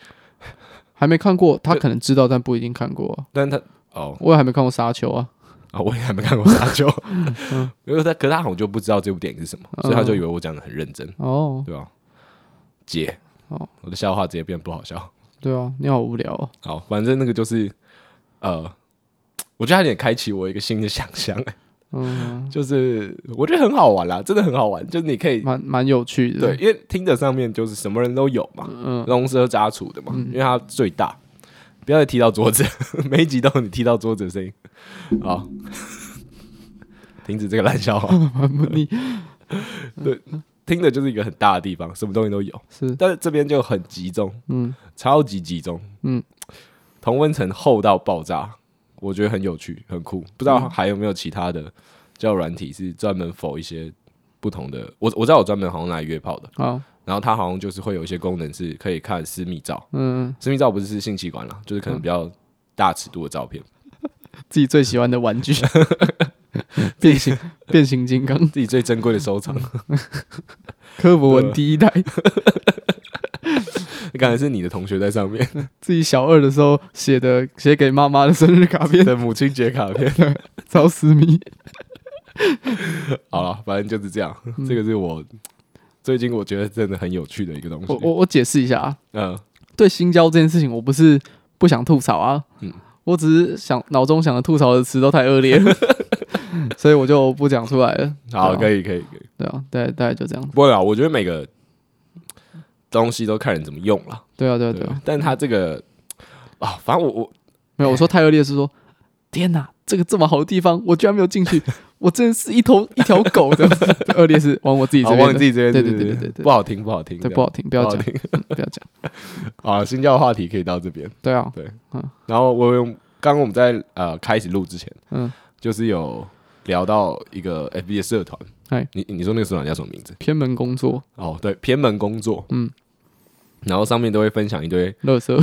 Speaker 2: 还没看过，他可能知道，但不一定看过啊。”
Speaker 1: 但是他哦
Speaker 2: 我也还没看过《沙丘》啊，
Speaker 1: 啊、我也还没看过《沙丘》
Speaker 2: 嗯
Speaker 1: 因为他可是他好像就不知道这部电影是什么，所以他就以为我讲的很认真，
Speaker 2: 哦，
Speaker 1: 对吧、姐，
Speaker 2: 哦
Speaker 1: 我的笑话直接变不好笑。
Speaker 2: 对啊，你好无聊哦，
Speaker 1: 好，反正那个就是，呃，我觉得他有点开启我一个新的想象、欸
Speaker 2: 嗯，
Speaker 1: 就是我觉得很好玩啦，真的很好玩，就是你可以
Speaker 2: 蛮蛮有趣的，
Speaker 1: 对，，因为听着上面就是什么人都有嘛，
Speaker 2: 嗯，
Speaker 1: 龙蛇杂处的嘛，因为它最大。不要再踢到桌子， 每一集都有你踢到桌子的声音。好，停止这个烂笑 话。
Speaker 2: 蛮不腻，
Speaker 1: 听着就是一个很大的地方，什么东西都有，
Speaker 2: 是，
Speaker 1: 但是这边就很集中，
Speaker 2: 嗯
Speaker 1: 超级集中。
Speaker 2: 嗯，
Speaker 1: 同温层厚到爆炸，我觉得很有趣，很酷。不知
Speaker 2: 嗯
Speaker 1: 道还有没有其他的交友软体是专门否一些不同的？我我知道我专门好像拿来约炮的，
Speaker 2: 好，
Speaker 1: 然后它好像就是会有一些功能是可以看私密照，
Speaker 2: 嗯，
Speaker 1: 私密照不是是性器官啦，就是可能比较大尺度的照片，
Speaker 2: 自己最喜欢的玩具，变形变形金刚，
Speaker 1: 自己最珍贵的收藏，
Speaker 2: 嗯 科博文第一代，
Speaker 1: 感觉是你的同学在上 面
Speaker 2: 自己小二的时候写的写给妈妈的生日卡片，
Speaker 1: 的母亲节卡片。
Speaker 2: 超私密。
Speaker 1: 好了，反正就是这样，
Speaker 2: 嗯
Speaker 1: 这个是我最近我觉得真的很有趣的一个东
Speaker 2: 我我
Speaker 1: 西。
Speaker 2: 我解释一下啊，
Speaker 1: 嗯，
Speaker 2: 对新交这件事情，我不是不想吐槽啊，
Speaker 1: 嗯
Speaker 2: 我只是想脑中想的吐槽的词都太恶劣了，所以我就不讲出来了。
Speaker 1: 好，
Speaker 2: 对啊
Speaker 1: 可以可以可以。
Speaker 2: 对啊，大概大概就这样。
Speaker 1: 不过啦，我觉得每个东西都看人怎么用了，
Speaker 2: 对啊，对啊，
Speaker 1: 对
Speaker 2: 对啊
Speaker 1: 啊。，但他这个啊、反正我我
Speaker 2: 没有，我说太恶劣是说，天哪，这个这么好的地方，我居然没有进去，我真是一头一条狗的。 恶劣是往我自己这
Speaker 1: 好
Speaker 2: 边的，
Speaker 1: 往啊你自己这边，
Speaker 2: 对对对对对对
Speaker 1: 不好听不好听，
Speaker 2: 对不好听，不要讲，
Speaker 1: 听。
Speaker 2: 嗯不要讲。
Speaker 1: 好，新教话题可以到这边。
Speaker 2: 对啊，
Speaker 1: 然后我用刚刚我们在呃开始录之前，
Speaker 2: 嗯，
Speaker 1: 就是有聊到一个 FB 的社团，
Speaker 2: 嗨
Speaker 1: 你你说那个社团叫什么名字？
Speaker 2: 偏门工作，
Speaker 1: 哦，对，偏门工作，
Speaker 2: 嗯，
Speaker 1: 然后上面都会分享一堆，
Speaker 2: 乐色，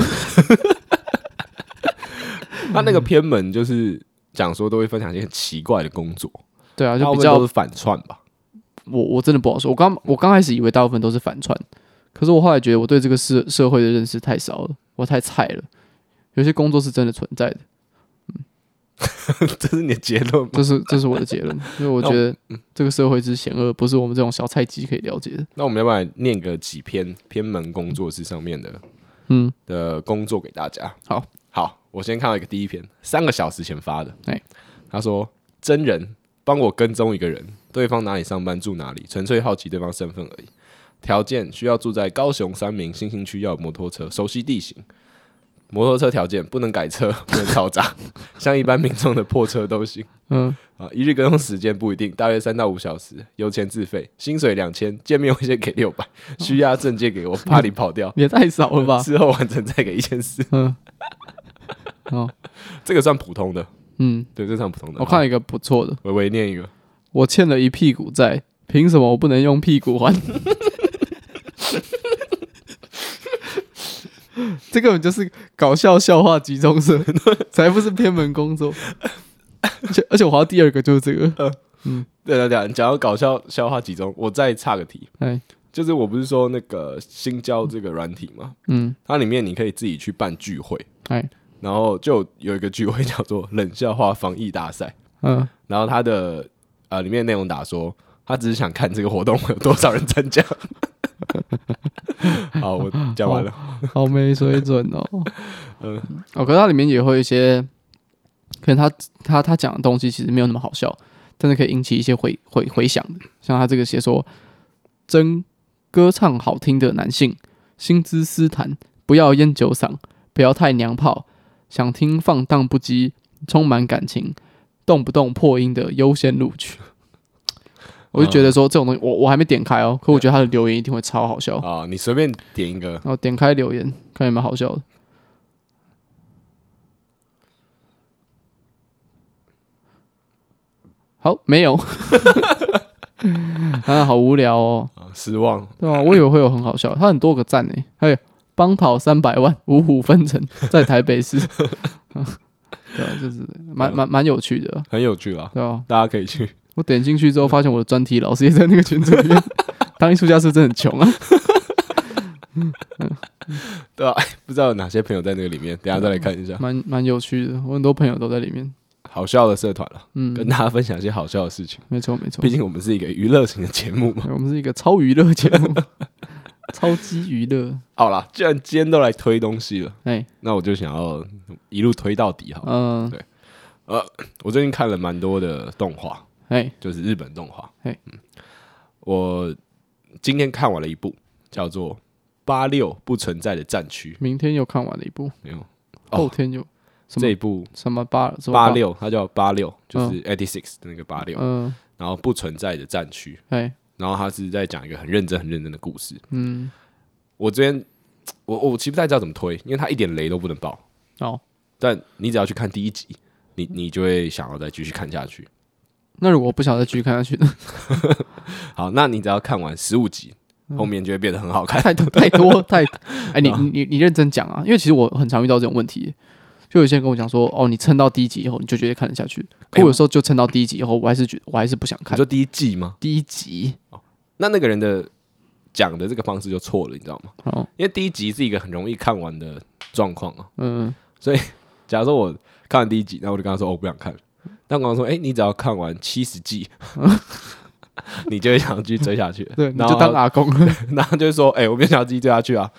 Speaker 1: 他那个
Speaker 2: 嗯
Speaker 1: 偏门就是讲说都会分享一些很奇怪的工作，
Speaker 2: 对啊，
Speaker 1: 大
Speaker 2: 就
Speaker 1: 部
Speaker 2: 比
Speaker 1: 分
Speaker 2: 较
Speaker 1: 都是反串吧，
Speaker 2: 我我真的不好说。我刚我刚开始以为大部分都是反串，可是我后来觉得我对这个社社会的认识太少了，我太菜了。有些工作是真的存在的，
Speaker 1: 这是你的结论吗？
Speaker 2: 这是这是我的结论，因为我
Speaker 1: 那
Speaker 2: 觉
Speaker 1: 我嗯
Speaker 2: 得这个社会之险恶不是我们这种小菜鸡可以了解的。
Speaker 1: 那我们要不要来念个几篇偏门工作室上面的
Speaker 2: 嗯，
Speaker 1: 的工作给大家？
Speaker 2: 好，
Speaker 1: 好，我先看到一个第一篇，三个小时前发的。
Speaker 2: 哎
Speaker 1: 他说真人帮我跟踪一个人，对方哪里上班住哪里，纯粹好奇对方身份而已。条件需要住在高雄三明新兴区，要有摩托车，熟悉地形。摩托车条件不能改车，不能嘈 杂，像一般民众的破车都行。
Speaker 2: 嗯，，
Speaker 1: 啊，一日跟踪时间不一定，大约三到五小时，油钱自费，薪水两千，见面会先给六百，需押证件给我，怕你跑掉
Speaker 2: 也太少了吧？
Speaker 1: 事后完成再给一千四，
Speaker 2: 嗯， 哦，
Speaker 1: 这个算普通的，
Speaker 2: 嗯，
Speaker 1: 对，这算普通的。
Speaker 2: 我看了一个不错的，
Speaker 1: 好，微微念一个，
Speaker 2: 我欠了一屁股债，凭什么我不能用屁股还？ 这根本就是搞笑笑话集中社，才不是偏门工作。 而且而且我还要第二个就是这个，
Speaker 1: 对对对，讲到搞笑笑话集中，我再插个题，
Speaker 2: 哎，
Speaker 1: 就是我不是说那个新交这个软体嘛，
Speaker 2: 嗯，
Speaker 1: 它里面你可以自己去办聚会，
Speaker 2: 哎，
Speaker 1: 然后就有一个聚会叫做冷笑话防疫大赛，
Speaker 2: 嗯，
Speaker 1: 然后他的呃里面内容打说，他只是想看这个活动会有多少人参加。 好，我讲完了。
Speaker 2: 好没水准哦。
Speaker 1: 嗯
Speaker 2: 哦，可是它里面也会有一些，可能他他他讲的东西其实没有那么好笑，但是可以引起一些回回回响的。像他这个写说，真歌唱好听的男性，薪资斯坦，不要烟酒嗓，不要太娘炮，想听放荡不羁、充满感情、动不动破音的优先录取。 我就觉得说这种东西，我我还没点开哦，可我觉得他的留言一定会超好笑。
Speaker 1: 啊，你随便点一个，
Speaker 2: 然后点开留言，看有没有好笑的。好，没有， 啊，好无聊哦，
Speaker 1: 啊、失望。
Speaker 2: 对吧、我以为会有很好笑，他很多个赞呢，还有帮跑三百万，五虎分成，在台北市，啊对啊，就是蛮蛮蛮有趣的啊，
Speaker 1: 很有趣啦，
Speaker 2: 对吧？
Speaker 1: 大家可以去。
Speaker 2: 我点进去之后，发现我的专题老师也在那个群组里面，当艺术家是不是真的很穷啊？
Speaker 1: 对啊，不知道有哪些朋友在那个里面，等一下再来看一下。
Speaker 2: 蛮蛮有趣的，我很多朋友都在里面，
Speaker 1: 好笑的社团了，
Speaker 2: 嗯，
Speaker 1: 跟大家分享一些好笑的事情。
Speaker 2: 没错没错
Speaker 1: 毕。竟我们是一个娱乐型的节目嘛。
Speaker 2: 对我们是一个超娱乐节目， 超级娱乐。
Speaker 1: 好啦，既然今天都来推东西了，
Speaker 2: 哎，
Speaker 1: 那我就想要一路推到底好了。
Speaker 2: 嗯、
Speaker 1: 对我最近看了蛮多的动画，
Speaker 2: 哎，
Speaker 1: 就是日本动画。
Speaker 2: 嘿
Speaker 1: 嗯，我今天看完了一部叫做《八六不存在的战区》，
Speaker 2: 明天又看完了一部，
Speaker 1: 没有哦
Speaker 2: 后天又什
Speaker 1: 这一
Speaker 2: 么
Speaker 1: 部
Speaker 2: 什么八什么
Speaker 1: 八，六，它叫八六，就是 eighty six 的那个八六、
Speaker 2: 嗯，
Speaker 1: 然后不存在的战区，
Speaker 2: 哎，
Speaker 1: 然后它是在讲一个很认真、很认真的故事。
Speaker 2: 嗯，
Speaker 1: 我这边我我其实不太知道怎么推，因为它一点雷都不能爆，
Speaker 2: 哦，
Speaker 1: 但你只要去看第一集，你你就会想要再继续看下去。
Speaker 2: 那如果不想再继续看下去呢？
Speaker 1: 好，那你只要看完十五集，
Speaker 2: 嗯
Speaker 1: 后面就会变得很好 看。
Speaker 2: 太多太多太，哎，
Speaker 1: 啊
Speaker 2: 你你你你认真讲啊，因为其实我很常遇到这种问题。就有些人跟我讲说，哦，你撑到第一集以后，你就觉得看得下去。可
Speaker 1: 哎
Speaker 2: 我有时候就撑到第一集以后，我还是觉我还是不想
Speaker 1: 你
Speaker 2: 看
Speaker 1: 说第一季吗？
Speaker 2: 第一集。
Speaker 1: 那那个人的讲的这个方式就错了，你知道吗？
Speaker 2: 哦，
Speaker 1: 因为第一集是一个很容易看完的状况啊。
Speaker 2: 嗯，
Speaker 1: 假如说我看完第一集，然后我就跟他说：“哦，我不想看。”但我跟他说：“哎、你只要看完七十季， 你就会想要继续追下去。”
Speaker 2: 对，你
Speaker 1: 然
Speaker 2: 就
Speaker 1: 后
Speaker 2: 当啊阿公了。
Speaker 1: 然后就会说：“哎、我没有想要继续追下去啊。”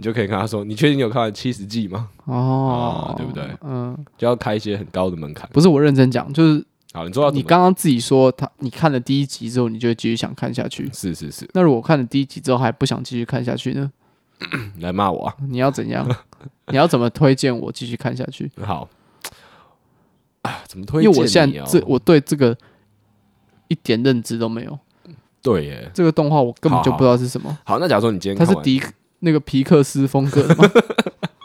Speaker 1: 你就可以跟他说：“你确定你有看完七十季吗
Speaker 2: 哦
Speaker 1: 啊，对不对
Speaker 2: 嗯，？”
Speaker 1: 就要开一些很高的门槛。
Speaker 2: 不是我认真讲，就是
Speaker 1: 好，你做到怎
Speaker 2: 你
Speaker 1: 么
Speaker 2: 刚刚自己说他，你看了第一集之后，你就会继续想看下去。
Speaker 1: 是是是，
Speaker 2: 那如果看了第一集之后还不想继续看下去呢？
Speaker 1: 你来骂我啊！
Speaker 2: 你要怎样？ 你要怎么推荐我继续看下去？
Speaker 1: 好啊，怎么
Speaker 2: 因
Speaker 1: 推
Speaker 2: 为
Speaker 1: 荐、你
Speaker 2: 我现在
Speaker 1: 哦
Speaker 2: 这我对这个一点认知都没有，
Speaker 1: 对耶。
Speaker 2: 这个动画我根本就不知道是什么。
Speaker 1: 好，那假如说你今天
Speaker 2: 它
Speaker 1: 看
Speaker 2: 是
Speaker 1: 完
Speaker 2: 迪那个皮克斯风格 的吗？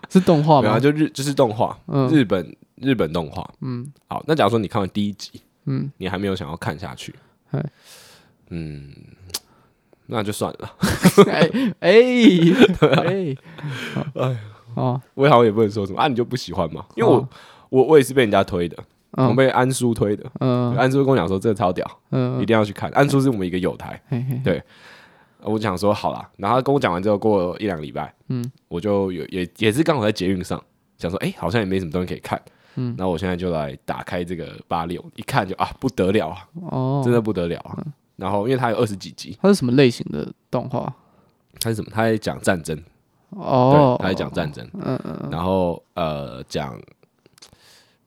Speaker 2: 是动画
Speaker 1: 对
Speaker 2: 吗
Speaker 1: 啊，？就日就是动画，
Speaker 2: 嗯
Speaker 1: 日本日本动画。
Speaker 2: 嗯
Speaker 1: 好，那假如说你看完第一集，
Speaker 2: 嗯，
Speaker 1: 你还没有想要看下去
Speaker 2: 嗨，
Speaker 1: 嗯，那就算了。
Speaker 2: 哎 哎哎
Speaker 1: 哎，
Speaker 2: 哦，
Speaker 1: 我好像也不能说什么啊，你就不喜欢嘛？因为我、
Speaker 2: 哦
Speaker 1: 我我也是被人家推的，我
Speaker 2: 嗯
Speaker 1: 被安叔推的。
Speaker 2: 嗯
Speaker 1: 安叔跟我讲说这个超屌，一
Speaker 2: 嗯，
Speaker 1: 定要去看。安叔是我们一个友台，
Speaker 2: 嘿嘿，
Speaker 1: 我就想说好啦。然后他跟我讲完之后，过一两个礼拜，
Speaker 2: 嗯，
Speaker 1: 我就有也也是刚好在捷运上，想说哎、好像也没什么东西可以看，
Speaker 2: 嗯
Speaker 1: 那我现在就来打开这个八六，一看就啊不得了啊，
Speaker 2: 哦，
Speaker 1: 真的不得了啊。然后因为它有二十几集，
Speaker 2: 它是什么类型的动画？
Speaker 1: 它是什么？它在讲战争，
Speaker 2: 哦，
Speaker 1: 对，它在讲战争，
Speaker 2: 嗯，嗯嗯，
Speaker 1: 然后呃讲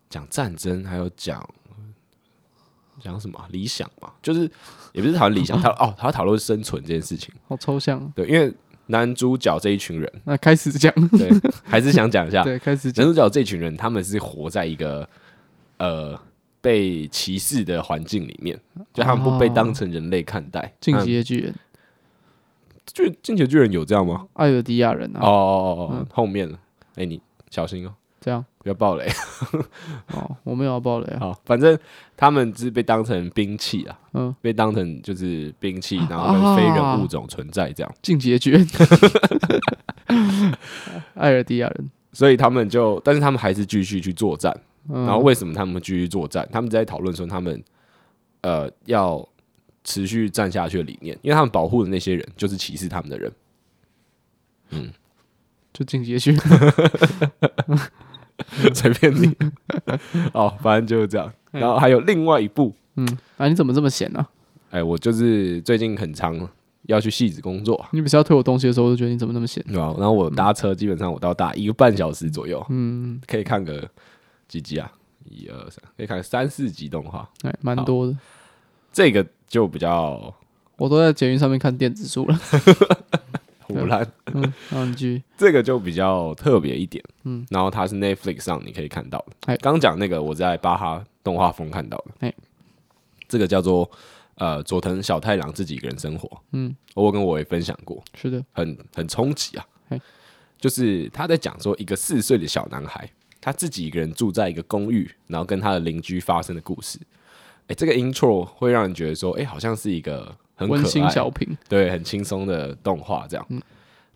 Speaker 1: 讲战争，还有讲讲什么啊理想嘛，就是也不是讨论理 想，他哦，他讨论生存这件事情。
Speaker 2: 好抽象。啊
Speaker 1: 对，因为男主角这一群人，
Speaker 2: 那开始讲，
Speaker 1: 对，还是想讲一下，
Speaker 2: 对，开始
Speaker 1: 男
Speaker 2: 讲，
Speaker 1: 主角这群人，他们是活在一个呃被歧视的环境里面，就他们不被当成人类看待。
Speaker 2: 哦进
Speaker 1: 嗯
Speaker 2: 击的巨人，
Speaker 1: 巨进击的巨人有这样吗？
Speaker 2: 艾尔迪亚人
Speaker 1: 哦
Speaker 2: 啊，
Speaker 1: 哦哦哦，后面了，哎、你小心哦、
Speaker 2: 这样
Speaker 1: 不要暴雷。
Speaker 2: 哦，我没有要爆雷 啊，
Speaker 1: 好，反正他们是被当成兵器啊，
Speaker 2: 嗯，啊
Speaker 1: 被当成就是兵器，然后跟非人物种存在这样，
Speaker 2: 进击的巨人，艾尔迪亚人，
Speaker 1: 所以他们就，但是他们还是继续去作战。
Speaker 2: 嗯
Speaker 1: 然后为什么他们会继续作战？他们在讨论说他们呃要持续战下去的理念，因为他们保护的那些人就是歧视他们的人。
Speaker 2: 就进击的巨人，
Speaker 1: 随便你。 哦，反正就是这样。然后还有另外一部，
Speaker 2: 嗯，啊，你怎么这么闲呢？
Speaker 1: 哎，我就是最近很常要去戏子工作，
Speaker 2: 你每次要推我东西的时候，我就觉得你怎么那么闲？
Speaker 1: 对吧？然后我搭车基本上我到搭一个半小时左右，
Speaker 2: 嗯，
Speaker 1: 可以看个几集啊？一二三，可以看个三四集动画。
Speaker 2: 哎，蛮
Speaker 1: 好
Speaker 2: 多的，
Speaker 1: 这个就比较
Speaker 2: 我都在捷运上面看电子书了。
Speaker 1: 胡乱，
Speaker 2: 嗯，然后你继续，
Speaker 1: 这个就比较特别一点。
Speaker 2: 嗯，
Speaker 1: 然后它是 Netflix 上你可以看到的
Speaker 2: 哎。
Speaker 1: 刚讲那个我在巴哈动画风看到的
Speaker 2: 哎，
Speaker 1: 这个叫做呃佐藤小太郎自己一个人生活。
Speaker 2: 嗯，
Speaker 1: 我跟我也分享过，
Speaker 2: 是的，
Speaker 1: 很很冲击啊
Speaker 2: 嘿。
Speaker 1: 就是他在讲说，一个四岁的小男孩，他自己一个人住在一个公寓，然后跟他的邻居发生的故事。哎、这个 intro 会让人觉得说，哎、好像是一个很可
Speaker 2: 温馨
Speaker 1: 爱、
Speaker 2: 小品，
Speaker 1: 对，很轻松的动画这样。
Speaker 2: 嗯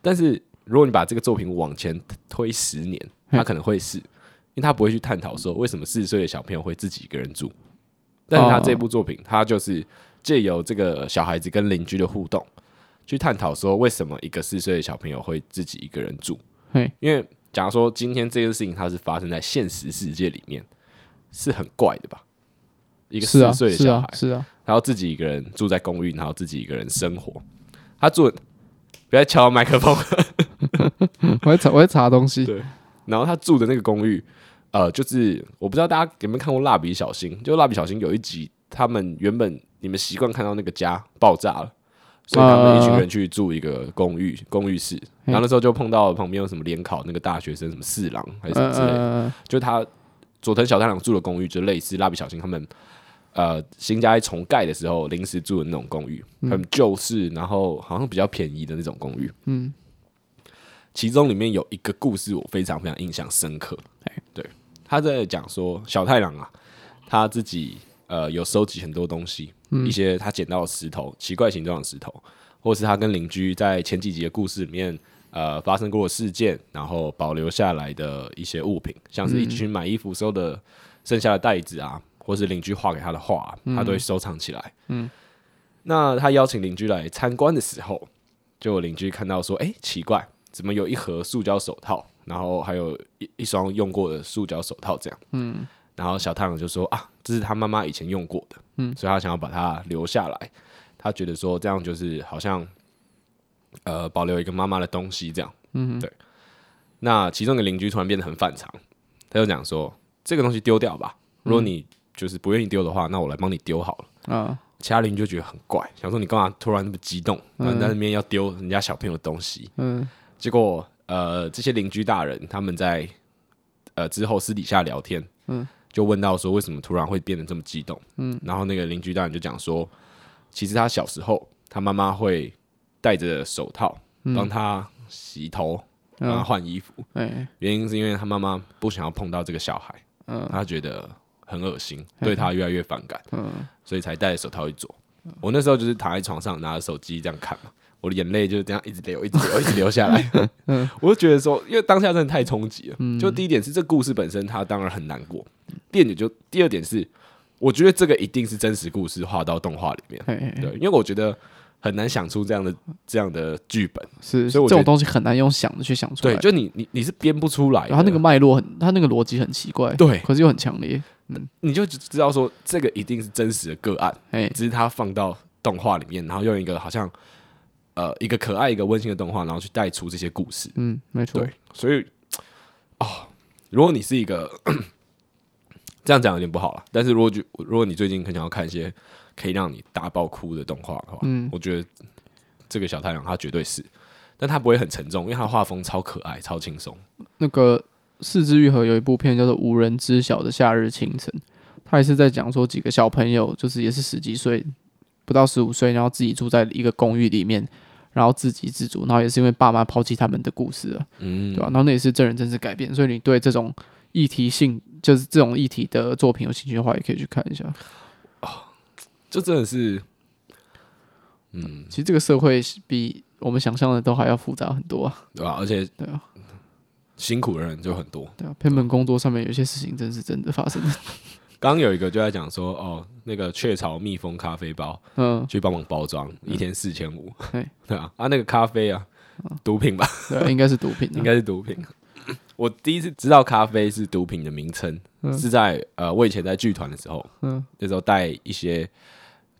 Speaker 1: 但是如果你把这个作品往前推十年，
Speaker 2: 嘿
Speaker 1: 他可能会是，因为他不会去探讨说为什么四岁的小朋友会自己一个人住。但是他这部作品，
Speaker 2: 哦
Speaker 1: 他就是借由这个小孩子跟邻居的互动，去探讨说为什么一个四岁的小朋友会自己一个人住。
Speaker 2: 嘿，
Speaker 1: 因为假如说今天这件事情它是发生在现实世界里面，是很怪的吧？一个
Speaker 2: 是
Speaker 1: 四
Speaker 2: 啊，
Speaker 1: 岁的
Speaker 2: 是
Speaker 1: 小孩
Speaker 2: 啊，，是啊，
Speaker 1: 然后自己一个人住在公寓，然后自己一个人生活。他住，不要敲麦克风。
Speaker 2: 我在查，我在查东西
Speaker 1: 对，然后他住的那个公寓，呃，就是我不知道大家有没有看过《蜡笔小新》，就《蜡笔小新》有一集，他们原本你们习惯看到那个家爆炸了。所以他们一群人去住一个公寓，公寓室，然后那时候就碰到旁边有什么联考那个大学生，什么四郎还是什么
Speaker 2: 嗯
Speaker 1: 之类的，
Speaker 2: 嗯
Speaker 1: 就他佐藤小太郎住的公寓，就类似蜡笔小新他们呃新家在重盖的时候临时住的那种公寓，很旧式，然后好像比较便宜的那种公寓。
Speaker 2: 嗯，
Speaker 1: 其中里面有一个故事我非常非常印象深刻。对，他在讲说小太郎啊，他自己呃有收集很多东西，一些他捡到的石头，奇怪形状的石头，或是他跟邻居在前几集的故事里面呃发生过的事件，然后保留下来的一些物品，像是一起去买衣服时候的剩下的袋子啊，或是邻居画给他的画，啊他都会收藏起来。嗯，那他邀请邻居来参观的时候，就有邻居看到说：“哎、奇怪，怎么有一盒塑胶手套，然后还有一一双用过的塑胶手套这样？”嗯，然后小太郎就说：“啊，这是他妈妈以前用过的，嗯，所以他想要把它留下来。他觉得说这样就是好像呃保留一个妈妈的东西这样。”嗯，对。那其中一个邻居突然变得很反常，他就讲说：“这个东西丢掉吧，如果你就是不愿意丢的话，那我来帮你丢好了。”
Speaker 2: 嗯啊，
Speaker 1: 其他邻居就觉得很怪，想说你干嘛突然那么激动，然后你在那边要丢人家小朋友的东西。
Speaker 2: 嗯
Speaker 1: 结果呃，这些邻居大人他们在呃之后私底下聊天，
Speaker 2: 嗯，
Speaker 1: 就问到说为什么突然会变得这么激动，嗯，然后那个邻居大人就讲说，其实他小时候他妈妈会戴着手套帮他洗头，帮他
Speaker 2: 嗯，
Speaker 1: 换衣服，
Speaker 2: 哎，
Speaker 1: 原因是因为他妈妈不想要碰到这个小孩，
Speaker 2: 嗯
Speaker 1: 他觉得很恶心，对他越来越反感，
Speaker 2: 嗯，
Speaker 1: 所以才戴着手套去做。我那时候就是躺在床上拿着手机这样看嘛，我的眼泪就是这样一直流，一直 流，一直流下来。
Speaker 2: 嗯
Speaker 1: 我就觉得说，因为当下真的太冲击了。就第一点是这故事本身，它当然很难过。第二点就第二点是，我觉得这个一定是真实故事画到动画里面。
Speaker 2: 嘿，嘿
Speaker 1: 对，因为我觉得很难想出这样的这样的剧本。
Speaker 2: 是，
Speaker 1: 所以我
Speaker 2: 这
Speaker 1: 觉得
Speaker 2: 种东西很难用想的去想出来。
Speaker 1: 对，就你你你是编不出来的，
Speaker 2: 然后那个脉络很，它那个逻辑很奇怪，
Speaker 1: 对
Speaker 2: 可是又很强烈。
Speaker 1: 你就知道说这个一定是真实的个案，
Speaker 2: 哎，
Speaker 1: 只是它放到动画里面，然后用一个好像呃一个可爱一个温馨的动画，然后去带出这些故事。
Speaker 2: 嗯，没错
Speaker 1: 对，所以哦，哦如果你是一个 这样讲有点不好了，但是如果就如果你最近很想要看一些可以让你大爆哭的动画的话，
Speaker 2: 嗯
Speaker 1: 我觉得这个小太阳它绝对是，但它不会很沉重，因为它的画风超可爱、超轻松。
Speaker 2: 那个四肢愈合有一部片叫做《无人知晓的夏日清晨》，他也是在讲说几个小朋友，就是也是十几岁，不到十五岁，然后自己住在一个公寓里面，然后自给自足，然后也是因为爸妈抛弃他们的故事啊，
Speaker 1: 嗯，
Speaker 2: 对吧、然后那也是真人真事改编，所以你对这种议题性，就是这种议题的作品有兴趣的话，也可以去看一下。
Speaker 1: 就真的是，嗯，
Speaker 2: 其实这个社会是比我们想象的都还要复杂很多啊，
Speaker 1: 对吧、而且
Speaker 2: 对啊，
Speaker 1: 辛苦的人就很多。
Speaker 2: 对啊，偏门工作上面有些事情真是真的 发生的，
Speaker 1: 刚刚有一个就在讲说，哦，那个雀巢蜜蜂咖啡包
Speaker 2: 嗯，
Speaker 1: 去帮忙包装，一天四千五
Speaker 2: 对，
Speaker 1: 对啊，啊那个咖啡啊，
Speaker 2: 哦
Speaker 1: 毒品 吧，
Speaker 2: 对啊、应该是毒品、啊，
Speaker 1: 应该是毒品。我第一次知道咖啡是毒品的名称，
Speaker 2: 嗯
Speaker 1: 是在呃，我以前在剧团的时候，
Speaker 2: 嗯
Speaker 1: 那时候带一些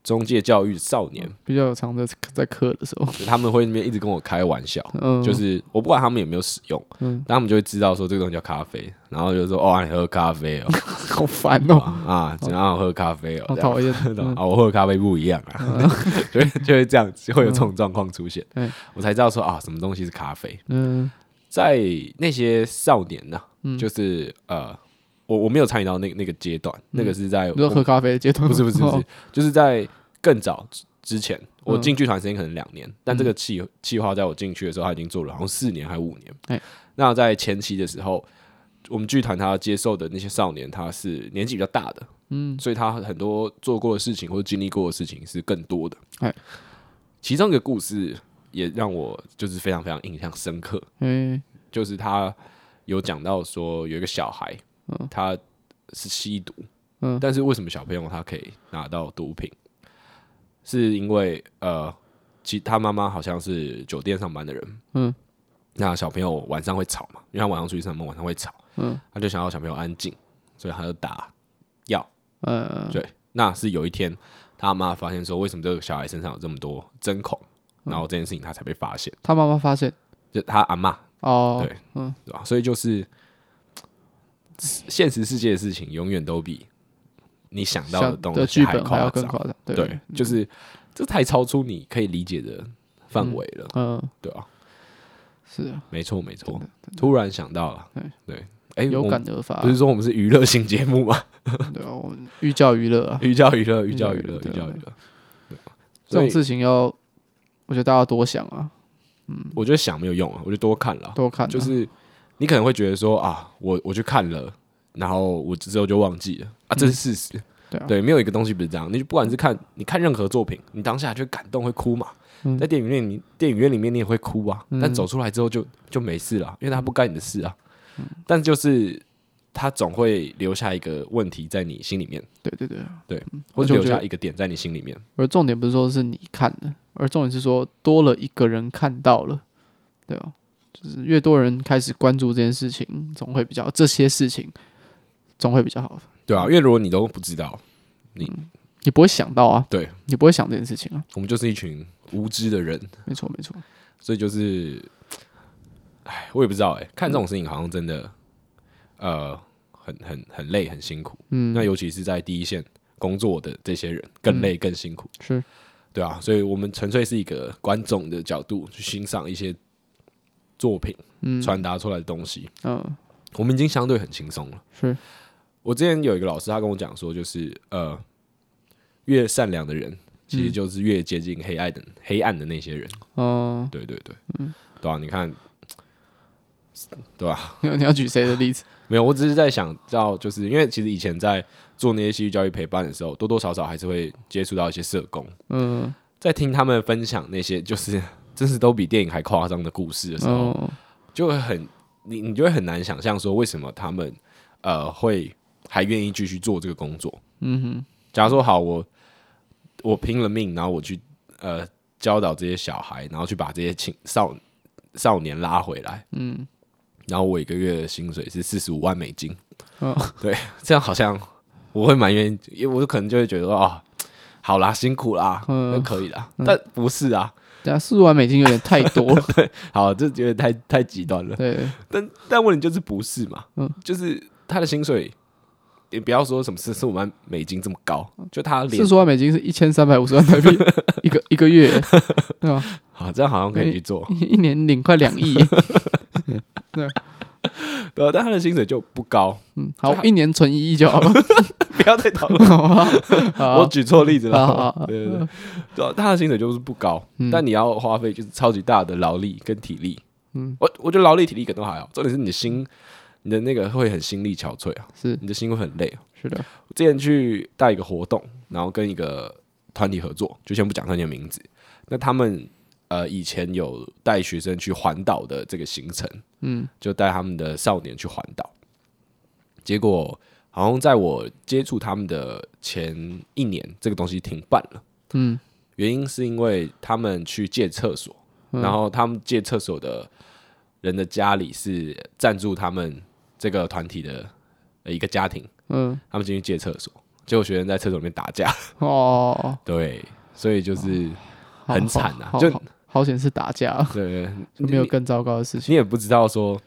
Speaker 1: 中介教育少年，
Speaker 2: 比较有常在在课的时候，
Speaker 1: 就他们会那边一直跟我开玩笑，
Speaker 2: 嗯，
Speaker 1: 就是我不管他们有没有使用，
Speaker 2: 嗯
Speaker 1: 但他们就会知道说这个东西叫咖啡，然后就说哦，啊你喝咖啡哦，
Speaker 2: 好 烦哦，
Speaker 1: 啊，怎样喝咖啡哦，
Speaker 2: 好
Speaker 1: 这样
Speaker 2: 讨厌，
Speaker 1: 对吧
Speaker 2: 嗯
Speaker 1: 啊，我喝的咖啡不一样啊， 就会就会这样，就会有这种状况出现
Speaker 2: 嗯，
Speaker 1: 我才知道说啊，什么东西是咖啡。
Speaker 2: 嗯
Speaker 1: 在那些少年呢、
Speaker 2: 嗯，
Speaker 1: 就是呃，我我没有参与到那那个阶段，那个是在
Speaker 2: 嗯你说喝咖啡的阶
Speaker 1: 呃
Speaker 2: 段
Speaker 1: 不
Speaker 2: 吗，
Speaker 1: 是不是不
Speaker 2: 哦
Speaker 1: 是，，就是在更早之之前，我
Speaker 2: 嗯
Speaker 1: 进剧团时间可能两年，但这个企企划在我进去的时候，他已经做了好像四年还五年。
Speaker 2: 哎
Speaker 1: 那在前期的时候，我们剧团他接受的那些少年，他是年纪比较大的，
Speaker 2: 嗯，
Speaker 1: 所以他很多做过的事情或者经历过的事情是更多的。
Speaker 2: 哎
Speaker 1: 其中一个故事也让我就是非常非常印象深刻，
Speaker 2: 哎，
Speaker 1: 就是他有讲到说有一个小孩，他是吸毒，
Speaker 2: 嗯
Speaker 1: 但是为什么小朋友他可以拿到毒品？是因为呃，其他妈妈好像是酒店上班的人，
Speaker 2: 嗯，
Speaker 1: 那小朋友晚上会吵嘛，因为他晚上出去上班，晚上会吵，
Speaker 2: 嗯，
Speaker 1: 他就想要小朋友安静，所以他就打药，
Speaker 2: 呃，
Speaker 1: 对，那是有一天他妈发现说，为什么这个小孩身上有这么多针孔，
Speaker 2: 嗯
Speaker 1: 然后这件事情他才被发现，
Speaker 2: 他妈妈发现
Speaker 1: 就他阿妈
Speaker 2: 哦，
Speaker 1: 对对吧？所以就是现实世界的事情，永远都比你想到的
Speaker 2: 像
Speaker 1: 东
Speaker 2: 的
Speaker 1: 西
Speaker 2: 剧
Speaker 1: 还
Speaker 2: 本还
Speaker 1: 夸
Speaker 2: 要更
Speaker 1: 张。
Speaker 2: 夸嗯张，
Speaker 1: 对，，就是这太超出你可以理解的范围了，
Speaker 2: 嗯，
Speaker 1: 对吧、
Speaker 2: 是啊，
Speaker 1: 没错，没错。突然想到了，对，哎，
Speaker 2: 有
Speaker 1: 我们
Speaker 2: 感而发
Speaker 1: 不，是说我们是娱乐性节目吗？
Speaker 2: 对啊，我们寓教于乐啊，
Speaker 1: 寓教于乐，寓教于
Speaker 2: 娱
Speaker 1: 乐，
Speaker 2: 乐
Speaker 1: 寓
Speaker 2: 对
Speaker 1: 教于乐。
Speaker 2: 这
Speaker 1: 所以
Speaker 2: 种事情要，我觉得大家多想啊，
Speaker 1: 我觉得想没有用啊，我就多看了。
Speaker 2: 多看啊，
Speaker 1: 就是你可能会觉得说啊，我我去看了，然后我之后就忘记了啊，这是事实。
Speaker 2: 嗯对啊
Speaker 1: 对，没有一个东西不是这样。你不管是看你看任何作品，你当下就会感动会哭嘛，
Speaker 2: 嗯
Speaker 1: 在电影院你电影院里面你也会哭啊，
Speaker 2: 嗯
Speaker 1: 但走出来之后就就没事了，因为它不干你的事啊。
Speaker 2: 嗯
Speaker 1: 但就是它总会留下一个问题在你心里面，
Speaker 2: 对对对，
Speaker 1: 或者
Speaker 2: 而且
Speaker 1: 留
Speaker 2: 我觉得
Speaker 1: 下一个点在你心里面。
Speaker 2: 而重点不是说是你看的，而重点是说多了一个人看到了，对吧？就是越多人开始关注这件事情，总会比较这些事情总会比较好。
Speaker 1: 对啊，因为如果你都不知道，
Speaker 2: 你不会想到啊，
Speaker 1: 对
Speaker 2: 你不会想这件事情啊，
Speaker 1: 我们就是一群无知的人，
Speaker 2: 没错没错，
Speaker 1: 所以就是，哎，我也不知道哎、看这种事情好像真的，呃，很很很累，很辛苦。
Speaker 2: 嗯，
Speaker 1: 那尤其是在第一线工作的这些人，更累更辛苦，
Speaker 2: 是
Speaker 1: 对啊。所以我们纯粹是一个观众的角度去欣赏一些作品
Speaker 2: 嗯
Speaker 1: 传达出来的东西，
Speaker 2: 嗯、
Speaker 1: 我们已经相对很轻松了。
Speaker 2: 是
Speaker 1: 我之前有一个老师，他跟我讲说，就是呃，越善良的人，其实就是越接近黑暗的、黑暗的那些人。
Speaker 2: 嗯、
Speaker 1: 对对对，对啊，你看，对吧、
Speaker 2: 你要你要举谁的例子？
Speaker 1: 没有，我只是在想到，就是因为其实以前在做那些戏剧教育陪伴的时候，多多少少还是会接触到一些社工，
Speaker 2: 嗯
Speaker 1: 在听他们分享那些就是真是都比电影还夸张的故事的时候，
Speaker 2: 嗯
Speaker 1: 就会很你你就会很难想象说为什么他们呃会还愿意继续做这个工作。
Speaker 2: 嗯哼
Speaker 1: 假如说好，我我拼了命，然后我去呃教导这些小孩，然后去把这些青少少年拉回来。
Speaker 2: 嗯，
Speaker 1: 然后我一个月的薪水是四十五万美金，
Speaker 2: 哦，
Speaker 1: 对，这样好像我会蛮愿意，因为我可能就会觉得说哦，好啦，辛苦啦，
Speaker 2: 嗯
Speaker 1: 那可以啦，但不是啊，
Speaker 2: 等下四万美金有点太多了，
Speaker 1: 好，这觉得太太极端了。
Speaker 2: 对，
Speaker 1: 但但问题就是不是嘛？
Speaker 2: 嗯
Speaker 1: 就是他的薪水，也不要说什么四十五万美金这么高，就他连
Speaker 2: 四十万美金是一千三百五十万台币一个一个月，对吧？
Speaker 1: 好，这样好像可以去做，
Speaker 2: 一一年领快两 亿，
Speaker 1: 对啊，但他的薪水就不高，
Speaker 2: 嗯，好，一年存一亿就 好了，
Speaker 1: 不要再讨论。
Speaker 2: 好啊不好？
Speaker 1: 我举错例子
Speaker 2: 好好
Speaker 1: 了
Speaker 2: 好，
Speaker 1: 对对对，对啊，他的薪水就是不高，
Speaker 2: 嗯
Speaker 1: 但你要花费就是超级大的劳力跟体力。
Speaker 2: 嗯，
Speaker 1: 我我觉得劳力体力可能都还好，重点是你的心，你的那个会很心力憔悴啊，
Speaker 2: 是
Speaker 1: 你的心会很累啊。
Speaker 2: 是的，
Speaker 1: 我之前去带一个活动，然后跟一个团体合作，就先不讲团体的名字。那他们呃以前有带学生去环岛的这个行程，
Speaker 2: 嗯，
Speaker 1: 就带他们的少年去环岛。结果好像在我接触他们的前一年，这个东西停办了。
Speaker 2: 嗯，
Speaker 1: 原因是因为他们去借厕所，然后他们借厕所的人的家里是赞助他们这个团体的呃一个家庭，
Speaker 2: 嗯，
Speaker 1: 他们进去借厕所，结果学生在厕所里面打架，
Speaker 2: 哦，
Speaker 1: 对，所以就是
Speaker 2: 好
Speaker 1: 很惨啊
Speaker 2: 好
Speaker 1: 就
Speaker 2: 好好险是打架啊，
Speaker 1: 对，
Speaker 2: 就没有更糟糕的事
Speaker 1: 你
Speaker 2: 情，
Speaker 1: 也不知道说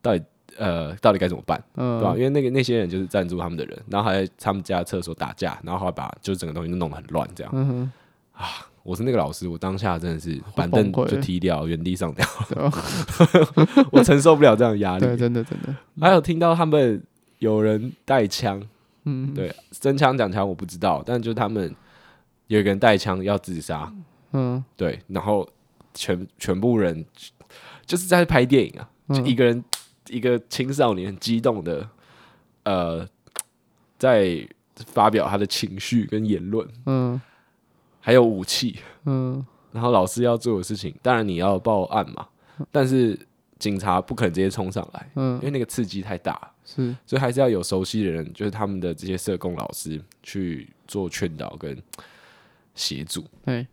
Speaker 1: 到底呃到底该怎么办，对吧？
Speaker 2: 嗯
Speaker 1: 因为那个那些人就是赞助他们的人，然后还在他们家厕所打架，然后还把就是整个东西都弄得很乱，这样。啊
Speaker 2: 嗯哼，
Speaker 1: 我是那个老师，我当下真的是
Speaker 2: 会
Speaker 1: 板凳
Speaker 2: 崩溃
Speaker 1: 就踢掉，原地 上吊，
Speaker 2: 对吧？
Speaker 1: 我承受不了这样的压
Speaker 2: 对，
Speaker 1: 力。
Speaker 2: 真的真的，
Speaker 1: 还有听到他们有人带枪，
Speaker 2: 嗯，
Speaker 1: 对，真枪假枪我不知道，但就是他们有一个人带枪要自杀，
Speaker 2: 嗯，
Speaker 1: 对，然后全全部人就是在拍电影啊，就
Speaker 2: 嗯
Speaker 1: 一个人、一个青少年很激动的，呃，在发表他的情绪跟言论，
Speaker 2: 嗯
Speaker 1: 还有武器。
Speaker 2: 嗯，
Speaker 1: 然后老师要做的事情，当然你要报案嘛，但是警察不可能直接冲上来，
Speaker 2: 嗯
Speaker 1: 因为那个刺激太大了，
Speaker 2: 是，
Speaker 1: 所以还是要有熟悉的人，就是他们的这些社工老师去做劝导跟协助。
Speaker 2: 对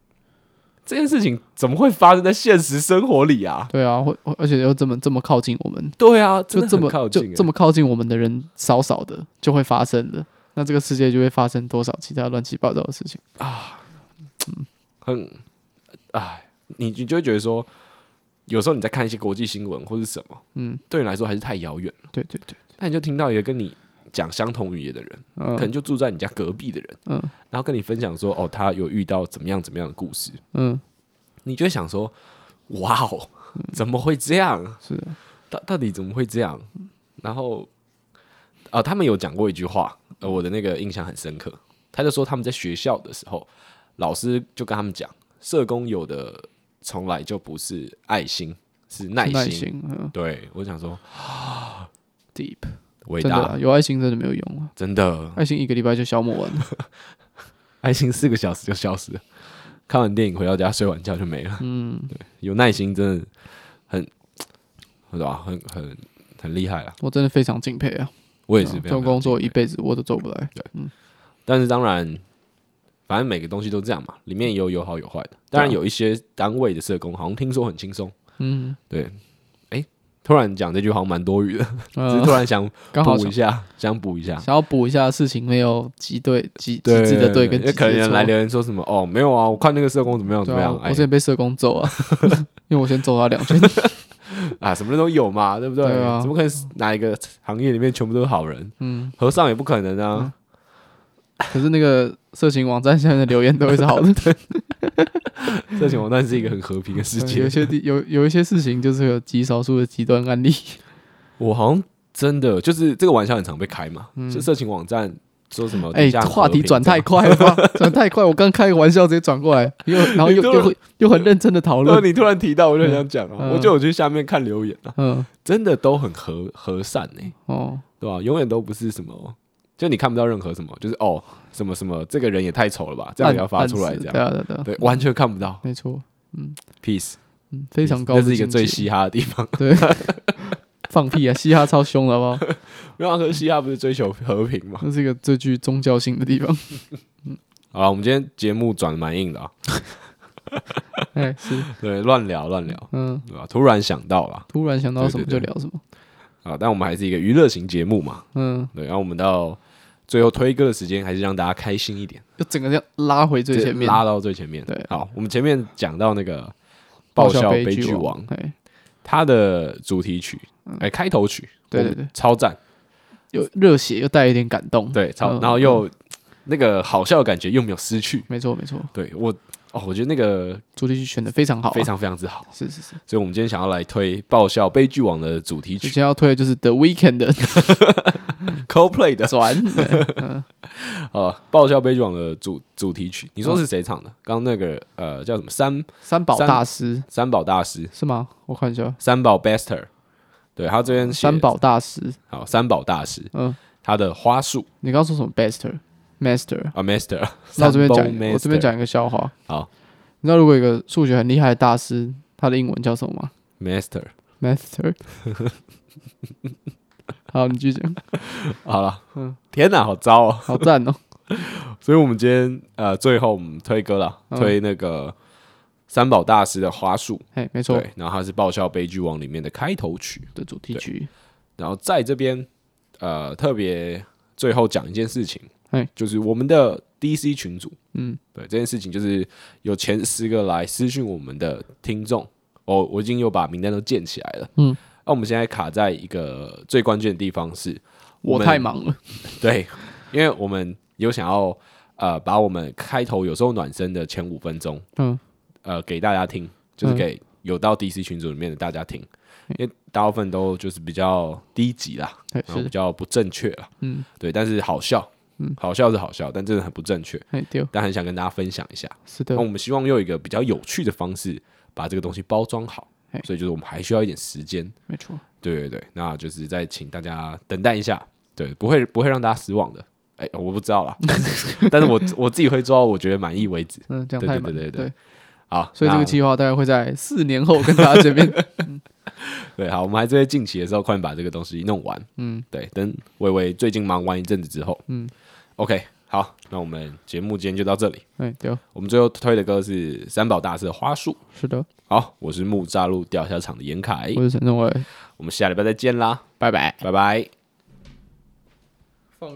Speaker 1: 这件事情怎么会发生在现实生活里啊？
Speaker 2: 对啊，会会而且又这么这么靠近我们，
Speaker 1: 对啊，真
Speaker 2: 就
Speaker 1: 的
Speaker 2: 这
Speaker 1: 很
Speaker 2: 么
Speaker 1: 靠
Speaker 2: 就
Speaker 1: 近欸
Speaker 2: 这么靠近我们的人少少的就会发生的，那这个世界就会发生多少其他乱七八糟的事情？
Speaker 1: 很，哎，你你就会觉得说，有时候你在看一些国际新闻或是什么，
Speaker 2: 嗯，
Speaker 1: 对你来说还是太遥远了。
Speaker 2: 对对对，
Speaker 1: 那你就听到一个跟你讲相同语言的人，可能
Speaker 2: 嗯
Speaker 1: 就住在你家隔壁的人，
Speaker 2: 嗯
Speaker 1: 然后跟你分享说，哦，他有遇到怎么样怎么样的故事，
Speaker 2: 嗯，
Speaker 1: 你就会想说，哇哦，怎么会这样？
Speaker 2: 是啊，
Speaker 1: 到到底怎么会这样？然后，啊，他们有讲过一句话，呃，我的那个印象很深刻。他就说他们在学校的时候，老师就跟他们讲，社工有的从来就不是爱心，是耐
Speaker 2: 是
Speaker 1: 心。
Speaker 2: 耐心，嗯
Speaker 1: 对我想说，
Speaker 2: ，deep，
Speaker 1: 伟
Speaker 2: 真的
Speaker 1: 大
Speaker 2: 啊，，有爱心真的没有用啊，
Speaker 1: 真的，
Speaker 2: 爱心一个礼拜就消磨完了，
Speaker 1: 爱心四个小时就消失了。看完电影回到家睡完觉就没了。
Speaker 2: 嗯，
Speaker 1: 有耐心真的很，对吧？很很很厉害啊！
Speaker 2: 我真的非常敬佩啊，
Speaker 1: 我也
Speaker 2: 对
Speaker 1: 是
Speaker 2: 啊
Speaker 1: 非常非
Speaker 2: 这
Speaker 1: 常
Speaker 2: 种工作
Speaker 1: 敬
Speaker 2: 一
Speaker 1: 佩啊
Speaker 2: 辈子我都做不来，
Speaker 1: 但是当然，反正每个东西都这样嘛，里面也有有好有坏的。当然
Speaker 2: 对啊
Speaker 1: 有一些单位的社工好像听说很轻松，
Speaker 2: 嗯，
Speaker 1: 对。哎，突然讲这句好像蛮多余的，只是
Speaker 2: 呃
Speaker 1: 突，然想
Speaker 2: 刚好
Speaker 1: 补一
Speaker 2: 想
Speaker 1: 下，想补一下。
Speaker 2: 想要补一下事情没有集对集集资的对
Speaker 1: 因
Speaker 2: 跟集
Speaker 1: 为
Speaker 2: 资
Speaker 1: 可能有
Speaker 2: 的
Speaker 1: 人来
Speaker 2: 错
Speaker 1: 留言说什么哦，没有啊，我看那个社工怎么样怎
Speaker 2: 对
Speaker 1: 么
Speaker 2: 啊，
Speaker 1: 样，
Speaker 2: 我
Speaker 1: 哎
Speaker 2: 之前被社工揍啊， 因为我先揍他两 拳。
Speaker 1: 啊，什么都有嘛，对不对
Speaker 2: 对啊？
Speaker 1: 怎么可能是哪一个行业里面全部都是好人？
Speaker 2: 嗯，
Speaker 1: 和尚也不可能啊。
Speaker 2: 可是那个色情网站下面的留言都会是 好的，
Speaker 1: 色情网站是一个很和平的世
Speaker 2: 嗯
Speaker 1: 界
Speaker 2: 有一，些地有有一些事情就是有极少数的极端案例。
Speaker 1: 我好像真的就是这个玩笑很常被开嘛，就色情网站说什么
Speaker 2: 嗯哎、
Speaker 1: 底下很
Speaker 2: 话
Speaker 1: 和
Speaker 2: 题
Speaker 1: 平
Speaker 2: 转
Speaker 1: 哦这样
Speaker 2: 太快了吧？ 转太快，我刚开个玩笑直接转过来， 又然后又
Speaker 1: 你突
Speaker 2: 又
Speaker 1: 然
Speaker 2: 会又很认真的讨
Speaker 1: 然后
Speaker 2: 论。
Speaker 1: 哦你突然提到，我就很想讲啊，
Speaker 2: 嗯
Speaker 1: 我就有去下面看留言啊，
Speaker 2: 嗯，
Speaker 1: 真的都很和和善呢、
Speaker 2: 哦，
Speaker 1: 对吧、永远都不是什么，就你看不到任何什么，就是哦什么什么，这个人也太丑了吧，这样也要发出来
Speaker 2: 暗
Speaker 1: 这
Speaker 2: 示
Speaker 1: 样，
Speaker 2: 对啊，对啊对啊，
Speaker 1: 对，完全看不到
Speaker 2: 没错，
Speaker 1: peace，
Speaker 2: 嗯，非常高，
Speaker 1: 这是一个最，嘻哈的地方。
Speaker 2: 对， 放屁啊，嘻哈超凶了，好不好？
Speaker 1: 然后嘻哈不是追求和平嘛？
Speaker 2: 这是一个最具宗教性的地方。
Speaker 1: 好了，我们今天节目转的蛮硬的啊，
Speaker 2: 哎，是，
Speaker 1: 对，乱聊乱聊，
Speaker 2: 嗯，
Speaker 1: 对吧？突然想到了
Speaker 2: 突然想到什么
Speaker 1: 对对
Speaker 2: 就
Speaker 1: 对
Speaker 2: 聊什么，
Speaker 1: 啊，但我们还是一个娱乐型节目嘛，
Speaker 2: 嗯，
Speaker 1: 对，然后我们到最后推歌的时间，还是让大家开心一点，
Speaker 2: 就整个这样拉回最前面，
Speaker 1: 拉到最前面。
Speaker 2: 对
Speaker 1: 好，我们前面讲到那个
Speaker 2: 爆
Speaker 1: 爆笑
Speaker 2: 悲
Speaker 1: 剧
Speaker 2: 王
Speaker 1: 王，，
Speaker 2: 哎，
Speaker 1: 它的主题曲，哎，开头曲，
Speaker 2: 对对
Speaker 1: 我们
Speaker 2: 对
Speaker 1: 超赞，
Speaker 2: 有热血又带一点感动，，
Speaker 1: 对，超，
Speaker 2: 嗯
Speaker 1: 然后又那个好笑的感觉又没有失去，
Speaker 2: 没错没错，
Speaker 1: 对我，哦，我觉得那个
Speaker 2: 主题曲选的非常好啊，
Speaker 1: 非常非常之好，
Speaker 2: 是是是，
Speaker 1: 所以我们今天想要来推爆笑悲剧王的主题
Speaker 2: 之
Speaker 1: 曲
Speaker 2: 前要推的就是 The Weeknd 的
Speaker 1: ，Coldplay 的
Speaker 2: 转，对
Speaker 1: 呃爆笑悲剧王的主主题曲，你
Speaker 2: 嗯
Speaker 1: 说是谁唱的？刚刚那个呃叫什么三
Speaker 2: 三宝
Speaker 1: 三
Speaker 2: 大师
Speaker 1: 三宝大师
Speaker 2: 是吗？我看一下，
Speaker 1: 三宝 Bester，对他这边写
Speaker 2: 三宝大师，
Speaker 1: 好三宝大师
Speaker 2: 嗯，
Speaker 1: 他的花束
Speaker 2: 你刚刚说什么 Bester Master？
Speaker 1: 啊 Master，
Speaker 2: 那我这
Speaker 1: 三
Speaker 2: 边
Speaker 1: 宝
Speaker 2: 讲，
Speaker 1: Master
Speaker 2: 我这边讲一个笑话。
Speaker 1: 好，
Speaker 2: 你知道如果有一个数学很厉害的大师，他的英文叫什么吗
Speaker 1: Master，
Speaker 2: ？Master。好，你继续讲。
Speaker 1: 好了，
Speaker 2: 嗯
Speaker 1: 天哪，好糟哦！
Speaker 2: 好赞哦、
Speaker 1: 所以我们今天呃最后我们推歌了，
Speaker 2: 嗯
Speaker 1: 推那个三宝大师的花束，
Speaker 2: 嘿，没错
Speaker 1: 对，然后它是爆笑悲剧王里面的开头曲，
Speaker 2: 的主题曲，
Speaker 1: 然后在这边，呃，特别最后讲一件事情
Speaker 2: 嘿，
Speaker 1: 就是我们的 DC 群组，
Speaker 2: 嗯，
Speaker 1: 对这件事情，就是有前十个来私讯我们的听众，哦，我已经有把名单都建起来了，
Speaker 2: 嗯，
Speaker 1: 那、我们现在卡在一个最关键的地方是，
Speaker 2: 我
Speaker 1: 们
Speaker 2: 太忙了。
Speaker 1: 对，因为我们有想要呃把我们开头有时候暖身的前五分钟，
Speaker 2: 嗯，
Speaker 1: 呃给大家听，就是
Speaker 2: 嗯
Speaker 1: 给有到 DC 群组里面的大家听，因为大部分都就是比较低级啦，
Speaker 2: 嘿，
Speaker 1: 然后比
Speaker 2: 是，
Speaker 1: 较不正确啦，
Speaker 2: 嗯，
Speaker 1: 对，但是好笑，
Speaker 2: 嗯
Speaker 1: 好笑是好笑，但真的很不正确，
Speaker 2: 嘿，对，哦
Speaker 1: 但很想跟大家分享一下。
Speaker 2: 是的
Speaker 1: 那我，们希望用一个比较有趣的方式把这个东西包装好
Speaker 2: 嘿，
Speaker 1: 所以就是我们还需要一点时间，
Speaker 2: 没错。
Speaker 1: 对对对，那就是再请大家等待一下，对，不会不会让大家失望的。哎、我不知道啦， 但是但是我我自己会做到我觉得满意为止。
Speaker 2: 嗯，这样
Speaker 1: 对
Speaker 2: 太
Speaker 1: 对
Speaker 2: 忙
Speaker 1: 对对
Speaker 2: 了。
Speaker 1: 对
Speaker 2: 对，
Speaker 1: 好，
Speaker 2: 所以这
Speaker 1: 那
Speaker 2: 个计划大概会在四年后跟大家见面。
Speaker 1: 对，好，我们还是会近期的时候快点把这个东西弄完。
Speaker 2: 嗯，
Speaker 1: 对，等微微最近忙完一阵子之后，
Speaker 2: 嗯
Speaker 1: ，OK，好，那我们节目今天就到这里。
Speaker 2: 哎，对，
Speaker 1: 我们最后推的歌是三宝大师的《花束》。
Speaker 2: 是的，
Speaker 1: 好，我是木栅路钓虾场的严凯
Speaker 2: 我，是陈仲伟，
Speaker 1: 我们下礼拜再见啦，
Speaker 2: 拜拜。
Speaker 1: 拜拜。